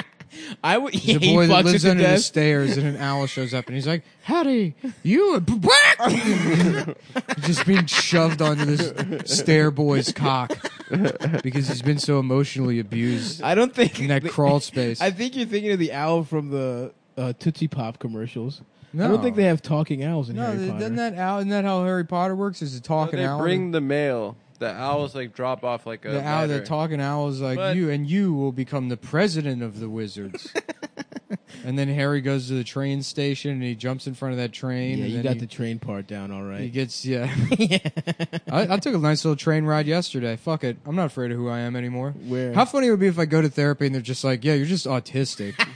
I
[laughs]
would. Yeah,
[laughs] There's
he
a boy that
fucks it
lives
to
under the
death.
stairs, and an owl shows up, and he's like, "Howdy, you?" a-" [laughs] Just being shoved onto this stair boy's cock because he's been so emotionally abused
I don't think.
in that
the-
crawl space.
I think you're thinking of the owl from the uh, Tootsie Pop commercials. I
No.
don't think they have talking owls in
no,
Harry Potter.
isn't that owl? Isn't that how Harry Potter works? Is a
No,
talking
they
owl?
bring the mail. The owls like drop off like a.
the owl, the
ladder.
talking owl is like [laughs]
But-
you, and you will become the president of the wizards. and then Harry goes to the train station and he jumps in front of that train.
yeah,
and
you
then
got
he,
the train part down all
He
right.
gets yeah.
[laughs]
I, I took a nice little train ride yesterday. Fuck it, I'm not afraid of who I am anymore.
Where?
How funny it would be if I go to therapy and they're just like, "Yeah, you're just autistic.
[laughs]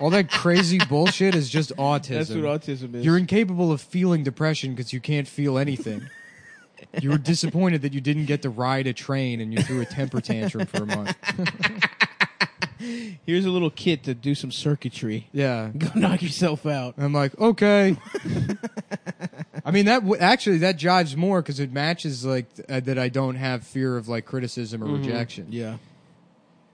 All that crazy bullshit is just autism.
That's what autism is.
You're incapable of feeling depression because you can't feel anything. you were disappointed that you didn't get to ride a train and you threw a temper tantrum for a month.
Here's a little kit to do some circuitry. [laughs]
Yeah,
Go knock yourself out.
I'm like, okay. I mean, that w- actually that jives more because it matches like th- uh, that. I don't have fear of like criticism or
Mm-hmm.
rejection.
Yeah.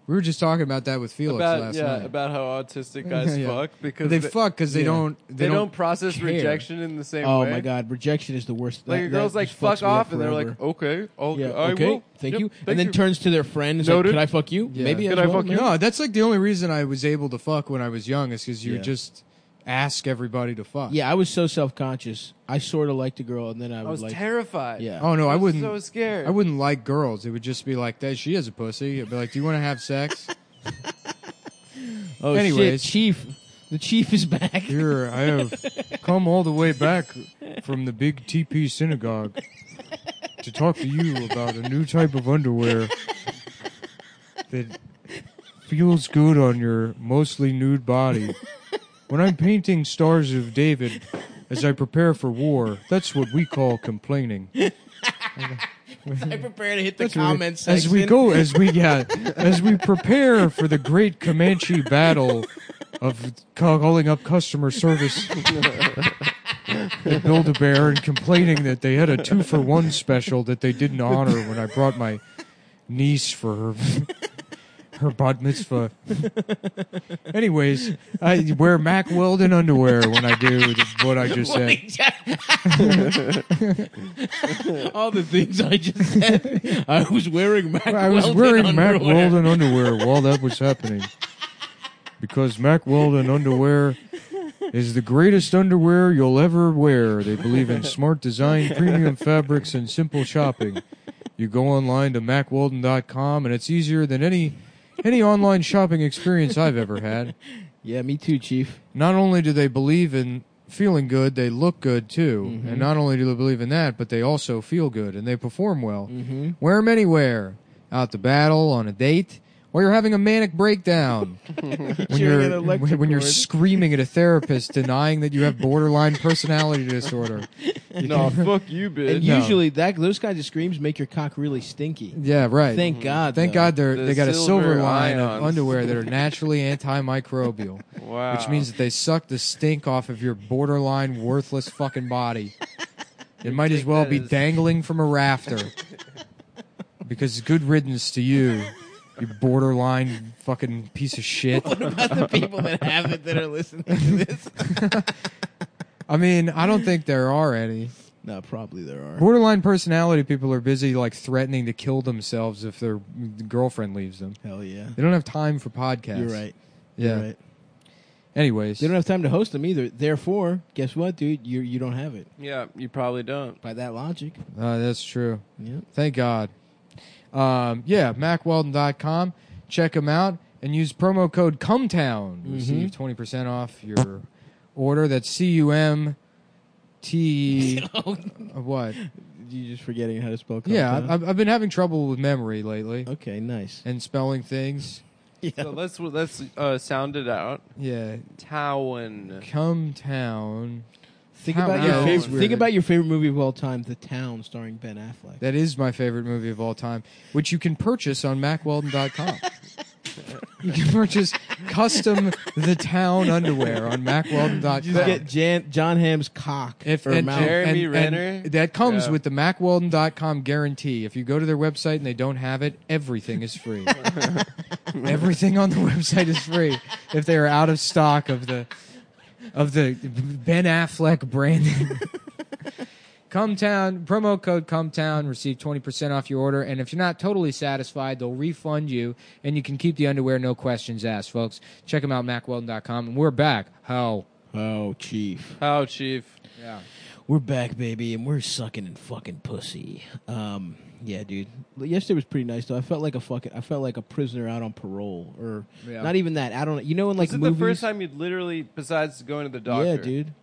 We were just talking about that with Felix
about
last
yeah,
night.
about how
[laughs]
autistic
[laughs]
guys
Yeah.
fuck because
they, fuck because they
yeah.
don't they,
they, don't, process
care.
rejection in the same
Oh
way.
my god, rejection is the worst.
Like
That-
a girl's
that
like
just fucks
fuck
me up
off, and they're
forever.
like, okay, okay,
yeah,
I
okay,
will.
thank
Yep,
you.
thank
and then
you.
turns to their friend. And is like,
Noted.
Can I fuck you?
Yeah.
Maybe
Could
as
I
well,
fuck you?
man.
No, that's like the only reason I was able to fuck when I was young is because you
Yeah.
just ask everybody to fuck.
Yeah, I was so self conscious. I sort of liked a girl, and then I,
I
would
was
like.
terrified.
Yeah.
Oh no, I,
I was
wouldn't.
so scared.
I wouldn't like girls. It would just be like that. She is a pussy. I'd be like, do you want to have sex?
oh
Anyways.
shit, chief. The chief is back.
Here I have come all the way back from the big TP synagogue to talk to you about a new type of underwear that feels good on your mostly nude body. When I'm painting stars of David as I prepare for war, that's what we call complaining.
I prepare to hit the
That's really-
comments
Mm. as we go as we yeah, as we prepare for the great Comanche battle of calling up customer service at Build a Bear and complaining that they had a two for one special that they didn't honor when I brought my niece for her her bat mitzvah. Anyways, I wear Mac Weldon underwear when I do what I
[laughs]
just said.
[laughs] All the things I just said. I was wearing Mac. [laughs]
I was
Weldon
wearing Mac
underwear.
Weldon underwear while that was happening. Because Mac Weldon underwear is the greatest underwear you'll ever wear. They believe in smart design, premium fabrics, and simple shopping. You go online to macweldon.com, and it's easier than any any online shopping experience I've ever had.
Yeah, me too, chief.
Not only do they believe in feeling good, they look good too. And not only do they believe in that, but they also feel good and they perform well.
Mm-hmm.
Wear 'em anywhere. Out to battle, on a date, or you're having a
[laughs]
manic breakdown. when,
Cheering at
you're,
an electric
when you're
cord.
screaming at a
[laughs]
therapist denying that you have borderline personality disorder.
[laughs]
no, fuck you, bitch.
And
No.
usually that those kinds of screams make your cock really stinky.
Yeah, right. Mm-hmm.
Thank God.
Thank
though. [laughs]
God they're,
The
they got a silver
silver
line of
ions.
underwear that are naturally antimicrobial,
wow.
which means that they suck the stink off of your borderline worthless fucking body. It might as
take
well
that
be
as-
dangling from a rafter. because good riddance to you, you borderline fucking piece of shit.
about the people that have it that are listening to [laughs] this.
I mean, I don't think there are any.
no, probably there are.
Borderline personality people are busy like threatening to kill themselves if their girlfriend leaves them.
Hell yeah.
They don't have time for podcasts.
You're right.
Yeah.
You're right.
Anyways,
They don't have time to host them either. Therefore, guess what, dude? You you don't have it
yeah, you probably don't.
by that logic.
uh, that's true.
Yeah.
Thank God. Um, yeah, macweldon.com. Check them out and use promo code CUMTOWN.
Mm-hmm.
to Receive 20% off your order. That's C U M
[laughs]
T. What?
You just forgetting how to spell.
Yeah,
compound?
I've, I've been having trouble with memory lately
okay. Nice.
and spelling things. [laughs]
So let's let's uh, sound it out.
Yeah,
Town.
Come Town.
Think
How-
about
how
your
it's
favorite.
weird.
Think about your favorite movie of all time, The Town, starring Ben Affleck.
That is my favorite movie of all time, which you can purchase on macweldon.com. you can purchase custom The Town underwear on macweldon.com.
Just get Jan, John Hamm's cock
If,
or
and,
mouth.
Jerry- Jeremy
and- and
Renner?
that comes
Yeah.
with the macweldon.com guarantee. If you go to their website and they don't have it, everything is
[laughs]
free. everything on the website is free if they are out of stock of the of the Ben Affleck [laughs] branding. Come town promo code Come town receive 20% off your order and if you're not totally satisfied they'll refund you and you can keep the underwear no questions asked folks check them out macweldon.com and we're back how
Oh, chief.
How, chief?
yeah
we're back, baby, and we're sucking and fucking pussy. Um, yeah, dude. L- Yesterday was pretty nice though. I felt like a fucking, I felt like a prisoner out on parole, or
Yeah.
not even that. I don't, you know, in like
This is
movies.
the first time you'd literally, besides going to the doctor.
Yeah, dude.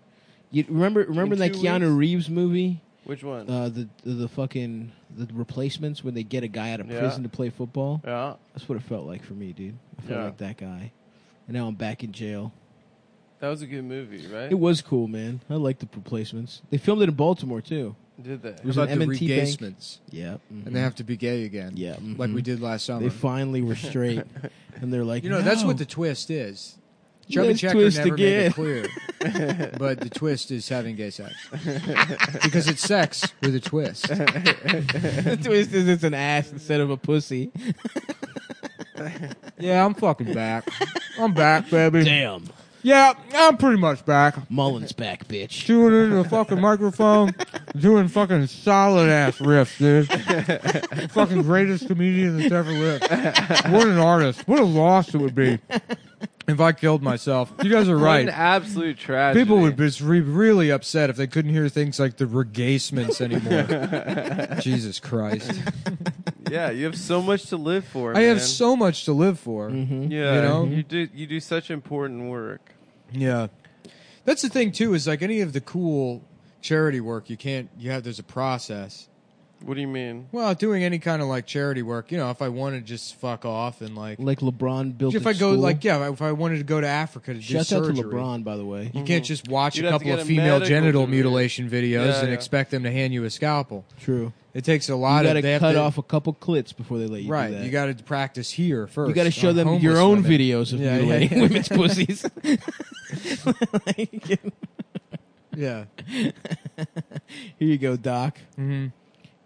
You remember remember
In
that
two
Keanu
weeks?
Reeves movie?
Which one?
Uh, the the the fucking the replacements when they get a guy out of
Yeah.
prison to play football.
yeah.
That's what it felt like for me, dude. I felt
Yeah.
like that guy, and now I'm back in jail.
That was a good movie, right?
It was cool, man. I liked the replacements. They filmed it in Baltimore too.
Did they?
It was
How
an
about the
M&T bank.
regasements?
Yeah, mm-hmm.
And they have to be gay again.
yeah,
Like
mhm.
we did last summer.
They finally were
[laughs]
straight, and they're like,
you know, that's
"No."
what the twist is.
You
Chubby
guys
Checker
twist
never
again.
made
[laughs]
it clear. but the twist is having gay sex. because it's sex with a twist.
the twist is it's an ass instead of a pussy.
Yeah, I'm fucking back. I'm back, baby.
Damn,
Yeah, I'm pretty much back.
Mullins back, bitch.
Doing it in a fucking microphone, doing fucking solid ass riffs, dude. fucking greatest comedian that's ever lived. What an artist. What a loss it would be if I killed myself. You guys are
What
right.
An absolute tragedy.
People would be re- really upset if they couldn't hear things like the regasements anymore.
[laughs]
Jesus Christ.
Yeah, you have so much to live for.
I have
man. Mm-hmm.
so much to live for.
Yeah,
you know?
you do you do such important work.
Yeah. That's the thing too is like any of the cool charity work you can't you have there's a process.
What do you mean?
Well, doing any kind of like charity work, you know, if I want to just fuck off and like
Like LeBron built.
if
at
I go
school.
like yeah, if I wanted to go to Africa to
Shout
do
out
surgery.
to LeBron, by the way.
You can't just watch
Mm-hmm. You'd
a
have to
couple
get
of
a
female
medical
genital
degree.
mutilation videos
Yeah,
and
yeah.
expect them to hand you a scalpel.
True.
It takes a
You
lot
got
of they
to
have
cut
to-
off a couple clips before they let you
right.
do that.
You got to practice here first.
you got to show
on
them
homeless
your own
women.
videos of
Yeah, yeah,
mutilating
yeah. [laughs]
women's pussies. Like,
Yeah.
Here you go, Doc.
hmm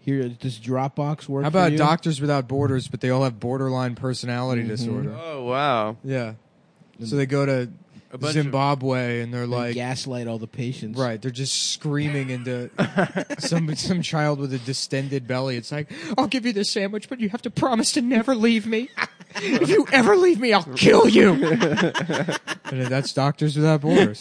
Here, does Dropbox work?
How
for
about
you? Mm-hmm.
Doctors Without Borders, but they all have borderline personality disorder?
Oh wow,
Yeah. So they go to
a bunch of
Zimbabwe and they're
They
like,
gaslight all the patients?
right, they're just
[laughs]
screaming into some some child with a distended belly. It's like, I'll give you this sandwich, but you have to promise to never leave me. If you ever leave me, I'll
[laughs]
kill you. and that's Doctors Without Borders.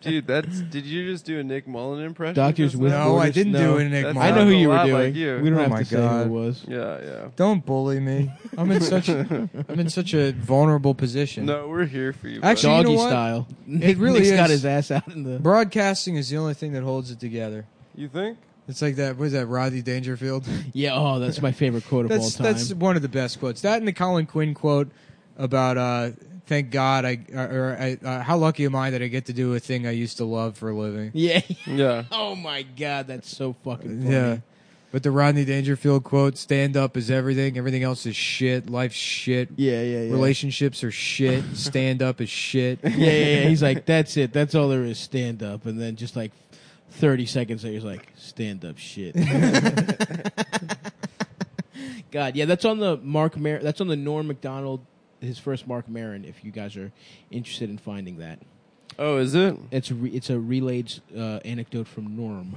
dude. That's did you just do a Nick Mullen impression?
Doctors
just
with-
now?
no, I
Borders,
didn't
no.
do it, Nick.
That's
Mullen.
I know who
Sounds a
you were
lot
doing.
like you.
We don't
Oh
have
my
to say
God.
who it was.
Yeah, yeah.
Don't bully me. I'm in such I'm in such a vulnerable position.
No, we're here for you.
Actually-
Doggy
you know what?
style. [laughs] Nick,
really
Nick's got
is.
his ass out in the.
Broadcasting is the only thing that holds it together.
buddy. you think?
It's like that. What is that? Rodney Dangerfield.
Yeah. Oh, that's my favorite quote of all
that's
time.
that's [laughs] one of the best quotes. That and the Colin Quinn quote about uh, "Thank God I or, or I, uh, how lucky am I that I get to do a thing I used to love for a living."
yeah. [laughs]
Yeah.
Oh my god, that's so fucking. Funny.
Yeah. But the Rodney Dangerfield quote, stand up is everything, everything else is shit, life's shit,
Yeah. Yeah. Yeah.
relationships
[laughs]
are shit, stand up is shit.
yeah, yeah, yeah. He's like, that's it. That's all there is. Stand up. And then just like 30 seconds later, he's like, stand up shit. God, yeah, that's on the Mark Mar- That's on the Norm McDonald, his first Mark Marin, if you guys are interested in finding that.
Oh, is it?
It's, re- it's a relayed uh, anecdote from Norm,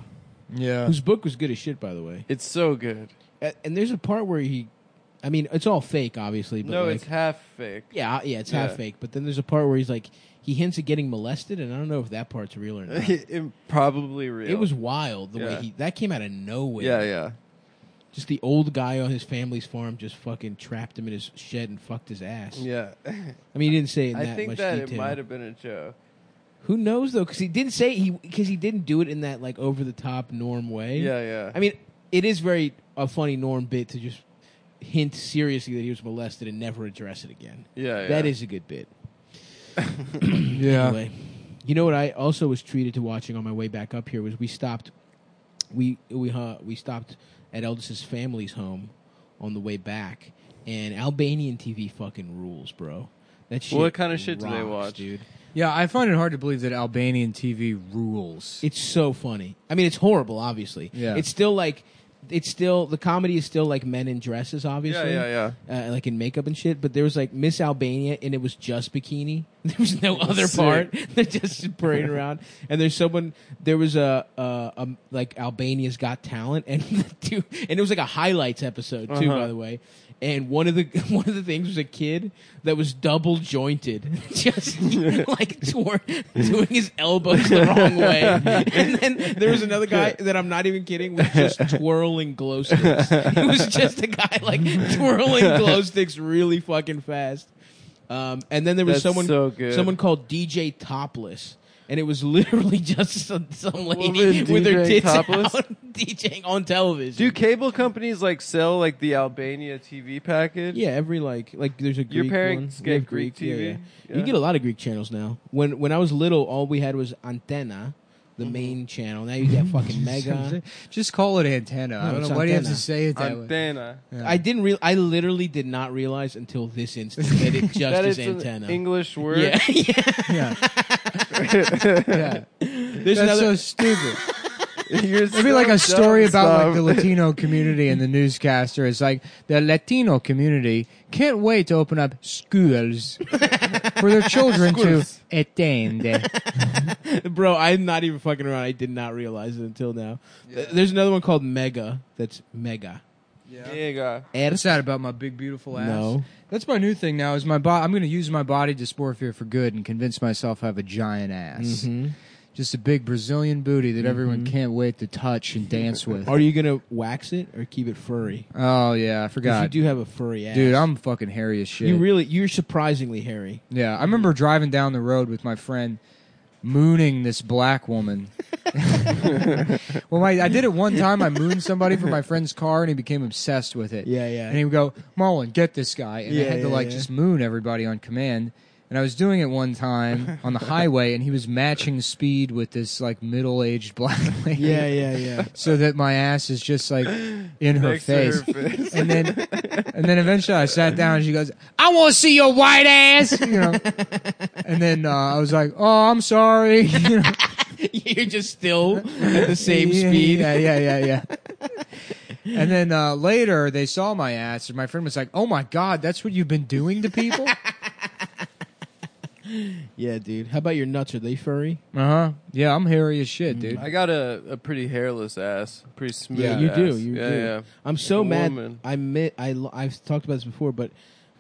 Yeah.
whose book was good as shit, by the way.
It's so good.
A- And there's a part where he, I mean, it's all fake, obviously. But
No,
like,
it's half fake.
yeah, yeah, it's half
Yeah.
fake. But then there's a part where he's like, he hints at getting molested, and I don't know if that part's real or not.
[laughs] It- Probably real.
It was wild the
Yeah.
way he that came out of nowhere.
Yeah, yeah.
Just the old guy on his family's farm just fucking trapped him in his shed and fucked his ass.
Yeah.
I mean, he didn't say it [laughs] in
I
that
think
much
that it
detail.
might have been a joke.
Who knows though? Because he didn't say he because he didn't do it in that like over the top norm way.
Yeah, yeah.
I mean, it is very a funny norm bit to just hint seriously that he was molested and never address it again.
yeah, yeah.
That is a good bit.
Yeah.
Anyway, Uh, you know what I also was treated to watching on my way back up here was we stopped, we we uh, we stopped at Eldest's family's home on the way back, and Albanian TV fucking rules, bro. That shit.
What kind of shit do they
rocks,
watch?
dude?
Yeah, I find it hard to believe that Albanian TV rules.
It's so funny. I mean, it's horrible, obviously.
Yeah.
It's still like, it's still the comedy is still like men in dresses,
Yeah,
obviously.
yeah, yeah.
uh, like in makeup and shit. But there was like Miss Albania, and it was just bikini. [laughs] There was no other
Sick.
part. [laughs] They're just parading around, and there's someone. There was a, a, a like Albania's Got Talent, and [laughs] the two, and it was like a highlights episode too,
Uh-huh.
by the way. And one of the [laughs] one of the things was a kid that was double jointed, [laughs] just like toward, doing his elbows the wrong way. And then there was another guy that I'm not even kidding was just twirling glow sticks. It was just a guy like twirling glow sticks really fucking fast. Um, and then there was
That's
someone
so good.
someone called DJ Topless, and it was [laughs] literally just some, some lady
Woman
with her
DJing
tits [laughs]
topless?
out DJing on television.
Do cable companies like sell like the Albania TV package?
yeah, every like like there's a Greek
Your parents
one.
get
We have
Greek TV?
You
Yeah.
get a lot of Greek channels now. When when I was little, all we had was Antenna, the
Mm-hmm.
main channel. Now you get
[laughs]
fucking Mega.
Just call it antenna. I
No,
don't
it's
know why do you have to
antenna.
say it that way.
Antenna.
Yeah.
I didn't real. I literally did not realize until this instant that
[laughs]
it just
That
is
is an
antenna.
English
[laughs]
word. [laughs]
yeah, yeah. [laughs]
Yeah. yeah.
There's another.
That's
[laughs]
so stupid.
You're
It'd be
so
like a story
dumb,
about like the
Sam.
Latino community and the newscaster. It's like the Latino community can't wait to open up schools for their children to
Schools.
attend.
Er- Bro, I'm not even fucking around. I did not realize it until now. Th- There's another one called Mega. That's Mega.
Nigga.
That's not about my big beautiful ass.
No.
That's my new thing now. Is my body? I'm going to use my body dysphoria for good and convince myself I have a giant ass,
Mm-hmm.
just a big Brazilian booty that everyone can't wait to touch and dance with.
Are you gonna wax it or keep it furry?
oh yeah, I
'Cause you
forgot,
do have a furry ass,
dude. I'm fucking hairy as shit.
you really you're surprisingly hairy.
Yeah, I remember driving down the road with my friend, mooning this black woman. [laughs] well, my, I did it one time. I mooned somebody for my friend's car, and he became obsessed with it.
Yeah, yeah.
And [laughs] he would go, Marlon, get this guy, and I
Yeah,
had to
yeah,
like
yeah.
just moon everybody on command. And I was doing it one time on the highway, and he was matching speed with this like middle-aged black [laughs] lady.
Yeah, yeah, yeah.
So that my ass is
[gasps]
just like in her
Next to
face. [laughs]
face. [laughs]
And then, and then eventually I sat down and she goes, I want to see your white ass. You
[laughs]
know? And then uh, I was like, oh, I'm sorry. [laughs] You know?
[laughs] you're just still at the same
Yeah,
speed.
Yeah, yeah, yeah,
[laughs]
yeah. and then uh, later they saw my ass and my friend was like, oh my God, that's what you've been doing
[laughs]
to people? uh
Yeah, dude. How about your nuts? Are they furry?
huh. Uh-huh. Yeah, I'm hairy as
Mm,
shit, dude.
I got a, a pretty hairless ass. Pretty smooth.
Yeah,
you do.
ass.
You
yeah,
do.
Yeah.
I'm so
a
mad.
woman.
I mi- I lo- I've talked about this before, but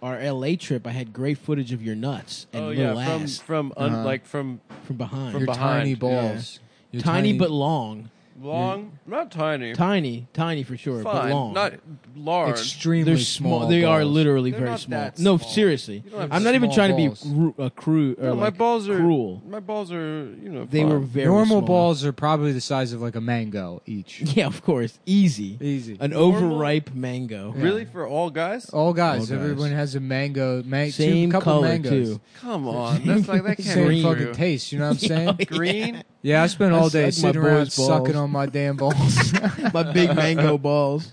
our LA trip, I had great footage of your nuts and
oh
little
yeah. From
ass from,
from un,
Uh-huh.
like from
behind.
Your
from
tiny
behind,
balls. Your
tiny, but long.
long, not tiny.
Tiny, tiny for sure, but
fine,
long.
not large.
extremely
they're
small.
small. They are
balls.
literally
They're
very
not
small.
that
No,
small.
seriously,
don't have
I'm not even
small
trying
balls.
to be ru- uh, crude. Or
no, my
like,
balls are
cruel.
My balls are you know.
They
fine.
were very
Normal
small.
balls are probably the size of like a mango each.
[laughs] Yeah, of course, easy.
Easy.
An
Normal?
overripe mango.
[laughs] really for all guys.
Uh, All guys,
All guys.
everyone has a mango, man-
Same
two, couple
color
mangoes.
too.
[laughs]
Come on, that's like that can't
Same
be
fucking
true.
taste, you know what I'm saying?
[laughs] Yeah.
Green.
Yeah, I spent
I
all day
suck my
sitting around
boy's balls.
sucking on my damn
[laughs]
balls.
My big
[laughs]
mango balls.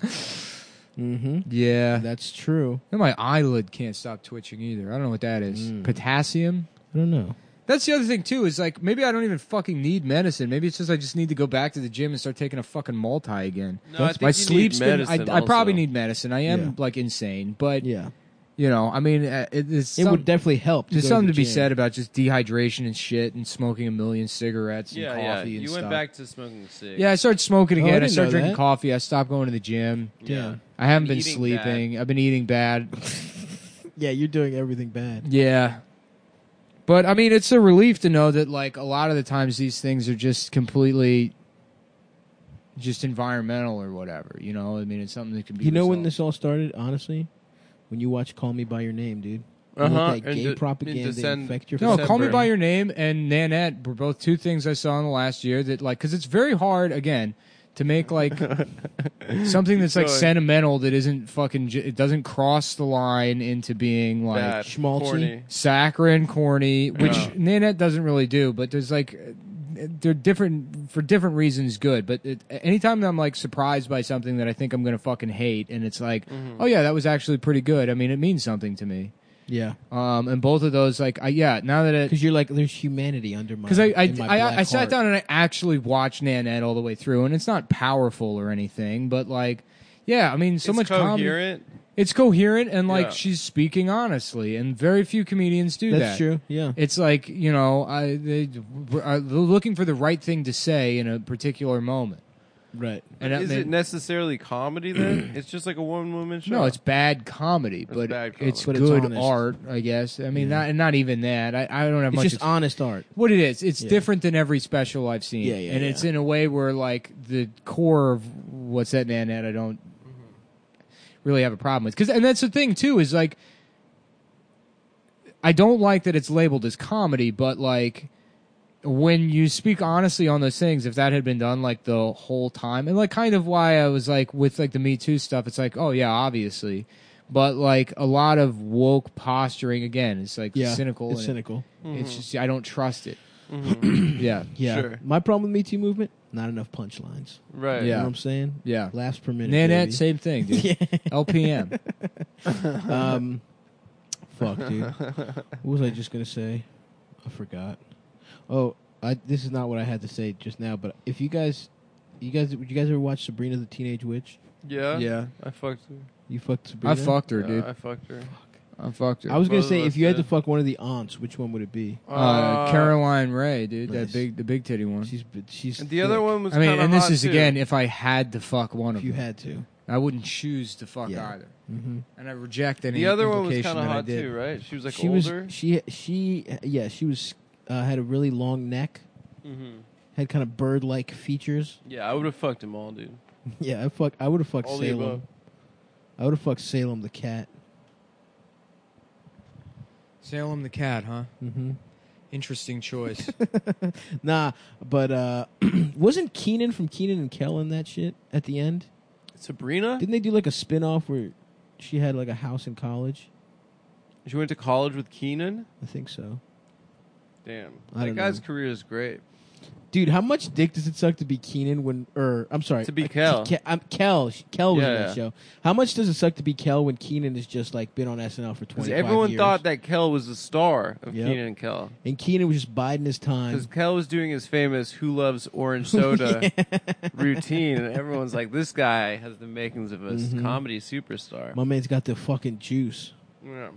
Mm-hmm.
yeah.
That's true.
And my eyelid can't stop twitching either. I don't know what that is.
Mm.
Potassium?
I don't know.
That's the other thing too, is like maybe I don't even fucking need medicine. Maybe it's just I just need to go back to the gym and start taking a fucking multi again.
No, I think
my
you
sleep's
need
been-
medicine
I, I probably
also.
need medicine. I am
Yeah.
like insane, but
Yeah,
you know, I mean, uh, it, it's
it
some-
would definitely help. To
There's
go
something
the
to be
gym.
said about just dehydration and shit and smoking a million cigarettes and
Yeah,
coffee
yeah.
and
You
stuff.
went back to smoking cigs.
yeah, I started smoking
Oh, I
again. I,
didn't
started
know
drinking
that.
coffee. I stopped going to the gym.
yeah.
I haven't been
Eating
sleeping. I've been eating bad.
Yeah, you're doing everything bad.
yeah. But I mean, it's a relief to know that like a lot of the times these things are just completely just environmental or whatever, you know? I mean, it's something that can be
You know when
resolved.
this all started? Honestly, when you watch Call Me by Your Name, dude. You let
Uh-huh.
That
In
gay
de- in
propaganda
Decem-
infect your
No,
December.
Call Me By Your Name and Nanette were both two things I saw in the last year that, like, because it's very hard, again, to make,
[laughs]
like, something that's, like,
Sorry.
sentimental that isn't fucking, ju- it doesn't cross the line into being, like,
Bad,
schmaltzy.
corny.
saccharine, corny, which
Yeah.
Nanette doesn't really do, but there's, like, uh, they're different for different reasons good but it, anytime i'm like surprised by something that i think i'm gonna fucking hate and it's like
Mm-hmm.
oh yeah that was actually pretty good i mean it means something to me
Yeah,
um and both of those like I, yeah now that it
because you're like, there's humanity under my.
because I I,
in my
I,
black
I sat
heart.
down and I actually watched Nanette all the way through, and it's not powerful or anything, but like Yeah, I mean, so
it's
much comedy.
coherent.
It's coherent, and like
Yeah.
she's speaking honestly, and very few comedians do
That's
that.
true. Yeah.
It's like you know, I they are looking for the right thing to say in a particular moment.
Right.
And
Is
I mean-
it necessarily
[clears throat]
comedy then? it's just like a one woman show.
No, it's bad comedy, but
bad
comedy.
it's
But it's
good
honest.
art, I guess. I mean,
Yeah.
not not even that. I, I don't have
It's
much.
just
ex-
honest art.
what it is, it's
Yeah.
different than every special I've seen,
Yeah, yeah,
and
yeah.
it's in a way where like the core of what's that man that I don't really have a problem with because and that's the thing too is like I don't like that it's labeled as comedy, but like when you speak honestly on those things, if that had been done like the whole time, and like kind of why I was like with like the Me Too stuff, it's like, oh yeah, obviously. But like a lot of woke posturing again, it's like
Yeah.
cynical.
It's Mm-hmm.
and
cynical.
Mm-hmm.
It's just I don't trust it. yeah,
Yeah.
Sure.
My problem with Me Too movement, not enough punchlines.
right.
You know
[clears throat] Yeah.
what I'm saying?
yeah.
Laughs per minute.
Nanette,
baby.
same thing,
[laughs]
dude.
[laughs]
LPM.
Um, [laughs] fuck, dude. What was I just gonna say? I forgot. Oh, I, this is not what I had to say just now. But if you guys, you guys, would you guys ever watch Sabrina the Teenage Witch?
Yeah. I fucked her.
You fucked Sabrina.
I fucked her,
Yeah,
dude.
I fucked her.
I fucked her.
I was gonna
Both of
say
us
if you had to
did.
fuck one of the aunts, which one would it be?
uh, Caroline Ray, dude.
Nice.
That big, the big titty one.
She's but she's
And the other
thick.
one was.
I mean,
kinda
and this
hot,
is
too.
again, if I had to fuck one
If
of
you
them,
had to,
I wouldn't choose to fuck
Yeah.
either.
mm-hmm.
And I reject any.
The other one was
implication
kind of
that I
hot
did.
too, right? She was like
she
older.
was she she yeah she was uh, had a really long neck,
Mhm.
had kind of bird like features. [laughs]
Yeah, I would have fucked them all, dude.
Yeah, I fuck. I would have fucked
All the
Salem.
above.
I would have fucked Salem the cat.
Salem the cat, huh?
Mm-hmm.
Interesting
[laughs]
choice.
Nah, but uh [clears throat] wasn't Keenan from Keenan and Kel in that shit at the end?
Sabrina.
Didn't they do like a spin off where she had like a house in college?
She went to college with Keenan.
I think so.
Damn,
I
that
don't
guy's
know.
career is great.
Dude, how much dick does it suck to be Keenan when or I'm sorry.
To be
uh,
Kel.
Ke- um, Kel. She- Kel was in
Yeah,
that
yeah.
show. How much does it suck to be Kel when Keenan has just like been on SNL for
'Cause
twenty?
everyone
years,
thought that Kel was the star of
Yep.
Keenan and Kel.
and Keenan was just biding his
Because
time.
Kel was doing his famous "Who loves
[laughs]
orange
[laughs]
soda" routine, and everyone's like, "This guy has the makings of a s-
Mm-hmm.
Mhm.
comedy superstar."
My man's got the fucking juice.
Yeah.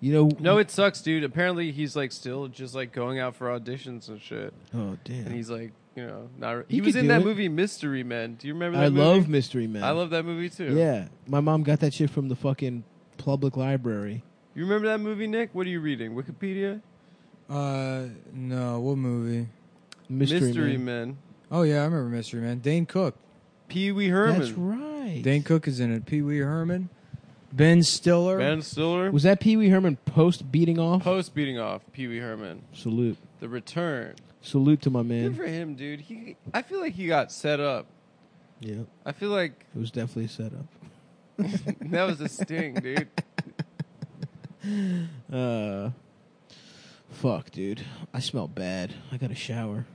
You know
No, it sucks, dude. Apparently, he's like still just like going out for auditions and shit,
Oh damn.
and he's like, you know, not. Re-
He
he was
could
in
do
that
it.
movie Mystery Men. Do you remember? that
I
movie?
love Mystery Men.
I love that movie too.
Yeah, my mom got that shit from the fucking public library.
You remember that movie, Nick? What are you reading? Wikipedia?
uh, no, what movie?
Mystery, Man.
Men.
Oh yeah, I remember Mystery Man. Dane Cook.
Pee Wee Herman.
That's right.
Dane Cook is in it. Pee Wee Herman, Ben Stiller.
Ben Stiller.
Was that Pee Wee Herman post beating off?
[laughs] Post beating off Pee Wee Herman.
Salute,
The Return.
salute to my
Good
man.
for him, dude. He. I feel like he got set up.
Yeah, it
I feel like
was definitely a setup.
that was a sting, [laughs] dude.
Uh, fuck, dude, I smell bad. I got to shower.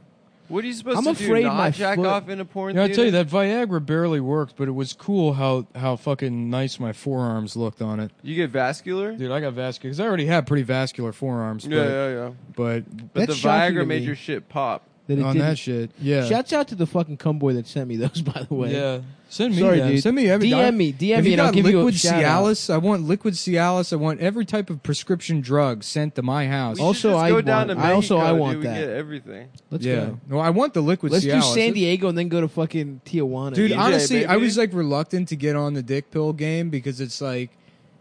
What are you supposed
I'm
to
afraid
do? Not
my
jack
foot-
off in a porn
Yeah, I
theater?
tell you that Viagra barely worked, but it was cool how how fucking nice my forearms looked on it,
You get vascular.
dude. I got vascular because I already had pretty vascular forearms, but,
Yeah, yeah, yeah.
but
But
That's
the
shocking to
Viagra made
me.
your shit pop.
That it
on
didn't-
that shit, yeah,
Shouts out to the fucking cum boy that sent me those, [laughs] by the way.
yeah. Send me,
Sorry,
that.
dude.
send me every.
DM
I-
me, DM
if
me,
you
and
got
I'll give you a
liquid
shout out.
Cialis, I want liquid Cialis. I want every type of prescription drug sent to my
We
house.
should
Oh, Also,
just
I
go down
want-
to
I also-
Mexico,
I
dude.
want
we
that.
Get everything.
Let's
yeah,
go.
no, I want the liquid.
Let's do
Cialis.
San Diego and then go to fucking Tijuana.
Dude,
DJ,
honestly, I
baby.
was like reluctant to get on the dick pill game because it's like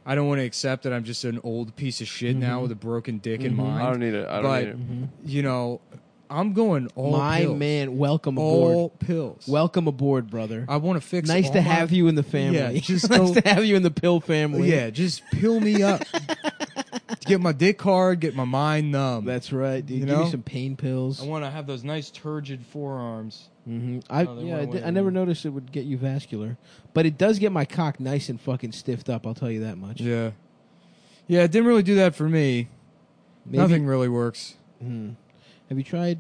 I don't want to accept that I'm just an old piece of shit
Mm-hmm.
now with a broken dick in
Mhm.
mind.
Mm-hmm. I don't need it. I don't
But-
need it.
Mm-hmm.
you know, I'm going all
my
pills.
man, welcome aboard.
all pills.
Welcome aboard, brother.
I want to fix.
nice
all
to
my-
have you in the family.
Yeah, just
[laughs] nice
go-
to have you in the pill family.
Yeah, just pill
[laughs]
me up. get my dick hard. Get my mind numb.
that's right, dude.
You
Give
know?
me some pain pills.
I want to have those nice turgid forearms.
hmm I
Oh, they
yeah,
went
I,
away
di- I never
then.
noticed it would get you vascular, but it does get my cock nice and fucking stiffed up. I'll tell you that much.
Yeah, yeah. It didn't really do that for me.
Maybe-
Nothing really works.
Hmm. Have you tried?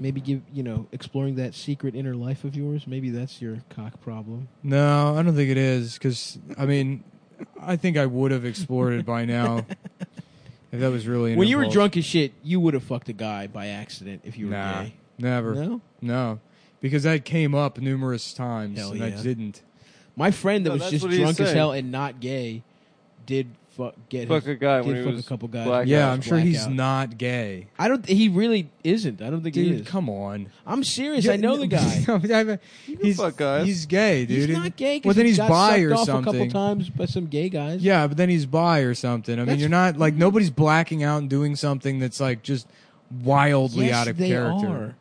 Maybe give you know exploring that secret inner life of yours. Maybe that's your cock problem.
No, I don't think it is because I mean, I think I would have explored it by now if that was really. An
when you were
impulse.
drunk as shit, you would have fucked a guy by accident if you were
Nah,
gay.
never.
No,
No, because that came up numerous times
Hell
and I
yeah.
didn't.
My friend that
No,
was
that's
just
what he's
drunk as
saying.
hell and not gay did fuck get
Fuck
his,
a guy
did
when he
fuck
was
a couple guys.
black.
yeah,
out.
I'm sure he's
Blackout.
not gay.
I don't. He really isn't. I don't think he
Dude,
is.
come on.
I'm serious. I
[laughs]
know the guy.
No, I mean, he's,
fuck guys.
he's gay, dude.
He's not gay. 'cause
Well, then
he
he's
got
bi
sucked
or
off
something.
a couple times by some gay guys.
Yeah, but then he's bi or something. I mean,
That's-
you're not like nobody's blacking out and doing something that's like just wildly
yes,
out of
they
character.
Are.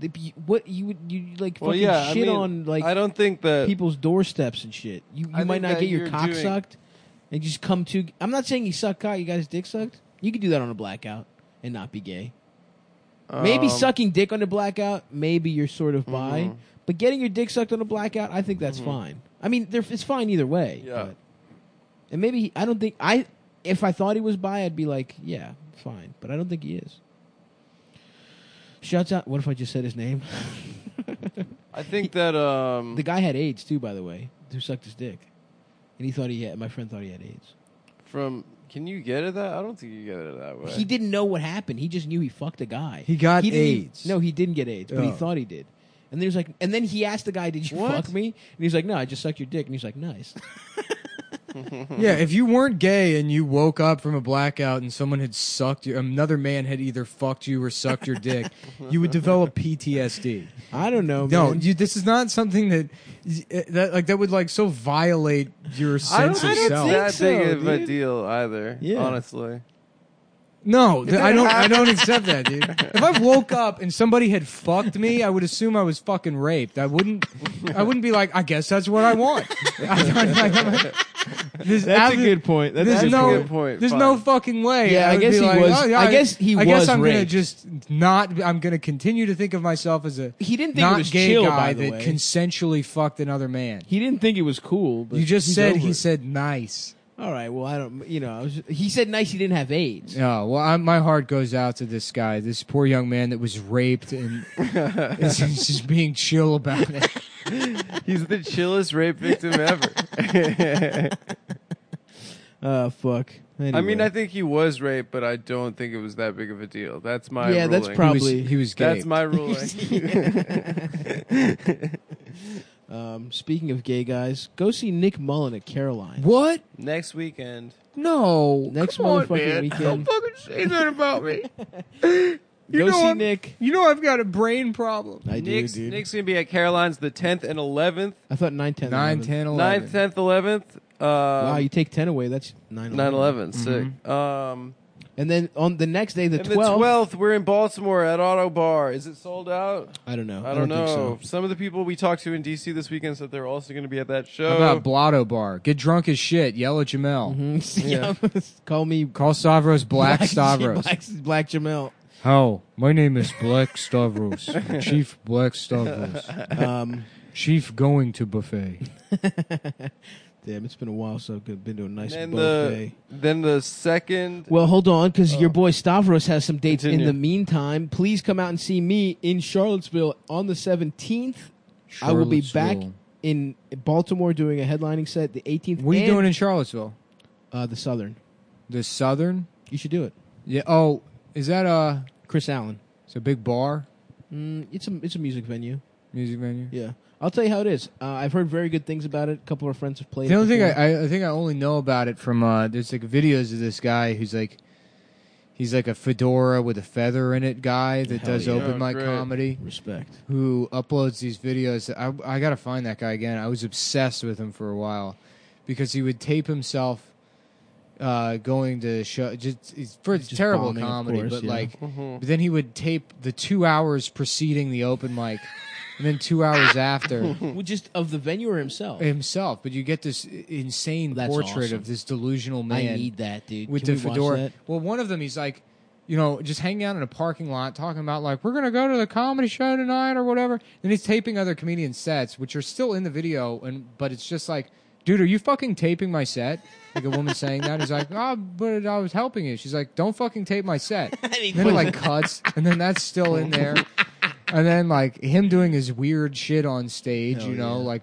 They, be- what you would you like
Well,
fucking
yeah. I
shit
mean,
on like
I don't think that
people's doorsteps and shit. You
I
you might
think
not
that
get your
you're
cock
doing-
sucked and just come to. I'm not saying you suck cock. You guys dick sucked. You could do that on a blackout and not be gay. Maybe
um, Mm-hmm.
sucking dick on a blackout. Maybe you're sort of bi, but getting your dick sucked on a blackout, I think that's fine. I mean, they're- it's fine either way.
Yeah.
but- and maybe he- I don't think I. If I thought he was bi, I'd be like, yeah, fine. But I don't think he is. Shouts out. What if I just said his name? [laughs]
I think that um,
The guy had AIDS too, by the way, who sucked his dick, and he thought he had. My friend thought he had AIDS.
from can you get it that? I don't think you get it that way.
He didn't know what happened. He just knew he fucked a guy.
He got
didn't e-
AIDS.
no, he didn't get AIDS, but he
Oh.
thought he did. And then he was like, and then he asked the guy, "Did you
What?
fuck me?" And he's like, "No, I just sucked your dick." And he's like, "Nice."
Yeah,
Mm-hmm.
if you weren't gay and you woke up from a blackout and someone had sucked you, another man had either fucked you or sucked your
[laughs]
dick, you would develop PTSD.
[laughs] I don't know.
No,
man.
you, this is not something that that like that would like so violate your
I don't
sense of
think it's
self.
think
that
so,
big of a
dude.
deal either.
Yeah.
Honestly,
No, th- I don't. I don't accept that, dude. If I woke up and somebody had fucked me, I would assume I was fucking raped. I wouldn't. I wouldn't be like, I guess that's what I want. [laughs]
[laughs]
There's
that's a
abso-
good point. That's, a
There's
good
no.
point.
good point.
There's
Fine.
no fucking way.
Yeah, I
would
guess
be
he
like,
was-
oh, yeah,
I guess he
I guess
was
I'm gonna
raped.
just not. I'm gonna continue to think of myself as a
He didn't think
not
it was
gay
chill.
guy
by the
that
way,
consensually fucked another man.
he didn't think it was cool. But
You just
he's
said
over
he
it.
said nice.
All right. Well, I don't. You know, I was, he said nice. He didn't have AIDS.
Yeah, Oh, well, I, my heart goes out to this guy, this poor young man that was raped and is just being chill about it.
he's the chillest rape victim ever.
Uh, fuck.
I
[laughs]
mean,
Anyway.
I think he was raped, but I don't think it was that big of a deal. That's my
Yeah, that's
ruling.
Probably.
He was- he was gay.
[laughs]
that's my ruling.
um, speaking of gay guys, go see Nick Mullen at Caroline.
what?
Next weekend.
No,
Next
come on,
motherfucking
man.
weekend. [laughs]
Don't fucking say that about me. You
go
know
see
I'm-
Nick.
You know I've got a brain problem.
I do,
Nick's,
dude.
Nick's gonna be at Caroline's the 10th and 11th,
I thought 9, 10,
9,
11.
10, 11.
9th, 10th, 11th.
Wow,
Uh,
you take 10 away, that's 9,
9
11.
11, sick. Um,
And then on the next day, Mm-hmm. the
and
12th,
the 12th, we're in Baltimore at Auto Bar. Is it sold out?
I don't know.
I
think
don't, know.
so.
Some of the people we talked to in DC this weekend said they're also going to be at that show.
How about Blotto Bar? Get drunk as shit. Yell at
[laughs]
Jamel.
Mhm. yeah. Call me
Call
[laughs]
Stavros Black, Stavros.
Black, Black Jamel.
How? My name is Black [laughs] Stavros. Chief Black Stavros.
Um,
Chief going to buffet.
damn, it's been a while, so I've been to a nice
then
buffet.
the then the second
Well, hold on, because your boy Stavros has some dates
Oh. Continue.
in the meantime. Please come out and see me in Charlottesville on the 17th. I will be back
Charlottesville.
in Baltimore doing a headlining set the 18th.
What are you
and,
doing in Charlottesville?
uh, the Southern?
The Southern?
You should do it.
Yeah. Oh, is that a?
Chris Allen.
It's a big bar
Mm, it's a it's a music venue.
music venue.
Yeah, I'll tell you how it is. Uh, I've heard very good things about it. A couple of friends have played.
The
it
only thing I,
before.
I, I think I only know about it from uh, there's like videos of this guy who's like, he's like a fedora with a feather in it guy that
Hell
does
yeah.
open
Oh,
mic
great.
comedy
respect.
who uploads these videos. I I gotta find that guy again. I was obsessed with him for a while because he would tape himself. Uh, going to show just it's, for it's
Just
terrible
bombing, of
comedy,
course,
but
yeah.
like But then he would tape the two hours preceding the open mic, and then two hours after
well, just of the venue or himself.
himself. But you get this i- insane
That's
portrait
awesome.
of this delusional
I
man
need that, dude.
with
Can
the
we watch
fedora.
that?
Well, one of them, he's like, you know, just hanging out in a parking lot, talking about like we're gonna go to the comedy show tonight or whatever. Then he's taping other comedian sets, which are still in the video, and but it's just like, dude, are you fucking taping my set? Like a woman saying that, he's like, oh, but I was helping you. She's like, don't fucking tape my set.
And he
then it like cuts, and then that's still in there, and then like him doing his weird shit on stage,
Hell
you know,
yeah.
like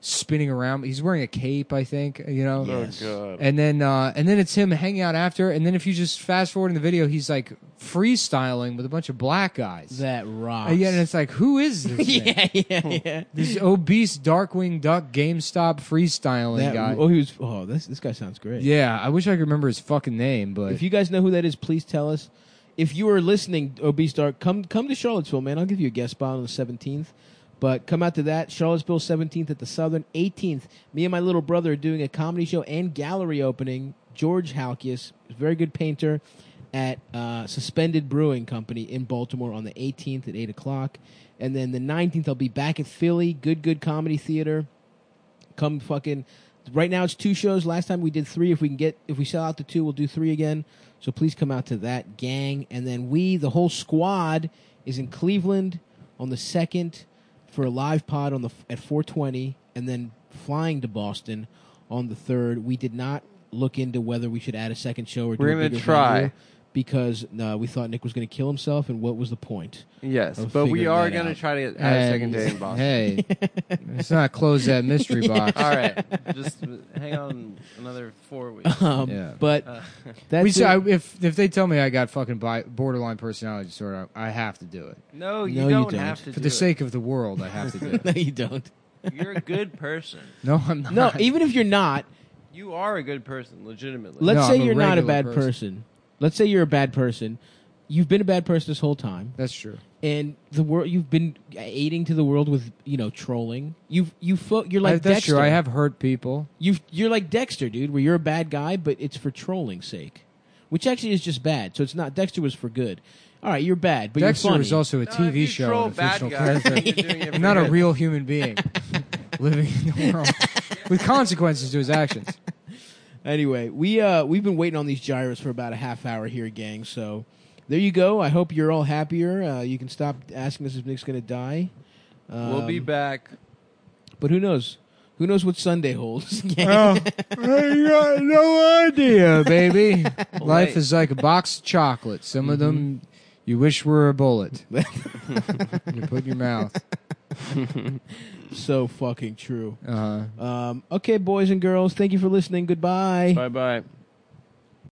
spinning around. He's wearing a cape, I think. You know,
Yes.
Oh god.
and then uh, and then it's him hanging out after. And then if you just fast forward in the video, he's like freestyling with a bunch of black guys.
That rocks.
Uh, yeah, and it's like, who is this? man?
[laughs]
[laughs]
yeah, yeah, yeah.
This obese Darkwing Duck GameStop freestyling
That-
guy.
oh, he was. Oh, this this guy sounds great.
Yeah, I wish I could remember his fucking name, but
If you guys know who that is, please tell us. If you are listening, Obese Dark, come come to Charlottesville, man. I'll give you a guest spot on the seventeenth. But come out to that Charlottesville seventeenth at the Southern eighteenth. Me and my little brother are doing a comedy show and gallery opening. George Halkias, very good painter, at uh, Suspended Brewing Company in Baltimore on the eighteenth at eight o'clock, and then the nineteenth I'll be back at Philly, Good Good Comedy Theater come fucking right now it's two shows last time we did three if we can get if we sell out the two we'll do three again so please come out to that gang and then we the whole squad is in cleveland on the second for a live pod on the at 420 and then flying to boston on the third we did not look into whether we should add a second show or do
We're
a
gonna
bigger
try.
venue because uh, we thought nick was going to kill himself and what was the point [laughs]
yes,
I'll
but we
figure
are
that
gonna
out.
try to get
And-
add a
[laughs]
second day in Boston.
Hey, let's not close that mystery box.
All right, just hang on another
[laughs]
four weeks.
um,
Yeah.
but
Uh, [laughs]
that's
we, say-
it.
I, if if they tell me I got fucking bi- borderline personality disorder, I I have to do it
no, you,
No, you
don't,
don't.
have to.
for
do
the
it.
sake of the world. I have to do
[laughs] [laughs] no
it.
you don't
you're a good person.
No, I'm
[laughs]
not.
no even if you're not
You are a good person, legitimately.
Let's
No,
say
I'm a
you're not a
regular
bad person.
person.
Let's say you're a bad person. You've been a bad person this whole time,
that's true.
and the world you've been aiding to the world with, you know, trolling. You've you fo- you're like
I, Uh, that's
Dexter.
true. I have hurt people.
You've, you're like Dexter, dude, where you're a bad guy, but it's for trolling's sake, which actually is just bad. So it's not Dexter was for good. All right, you're bad, but
Dexter
you're funny.
is also a
No, if
TV
you
show,
troll
and a
bad
fictional
guys,
character. [laughs]
you're doing it
[laughs]
for
I'm not a
good.
real human being [laughs] living in [laughs] the world with consequences to his [laughs] actions.
Anyway, we uh we've been waiting on these gyros for about a half hour here, gang. So there you go. I hope you're all happier. Uh, you can stop asking us if Nick's gonna die. Um,
We'll
[laughs]
be back.
But who knows? Who knows what Sunday holds? [laughs]
Oh, I got no idea, baby. [laughs] Mm-hmm. Life is like a box of chocolates. Some of them you wish were a [laughs] bullet. you put in your mouth.
so fucking true.
Uh-huh.
Um, okay, boys and girls, thank you for listening. Goodbye.
Bye bye.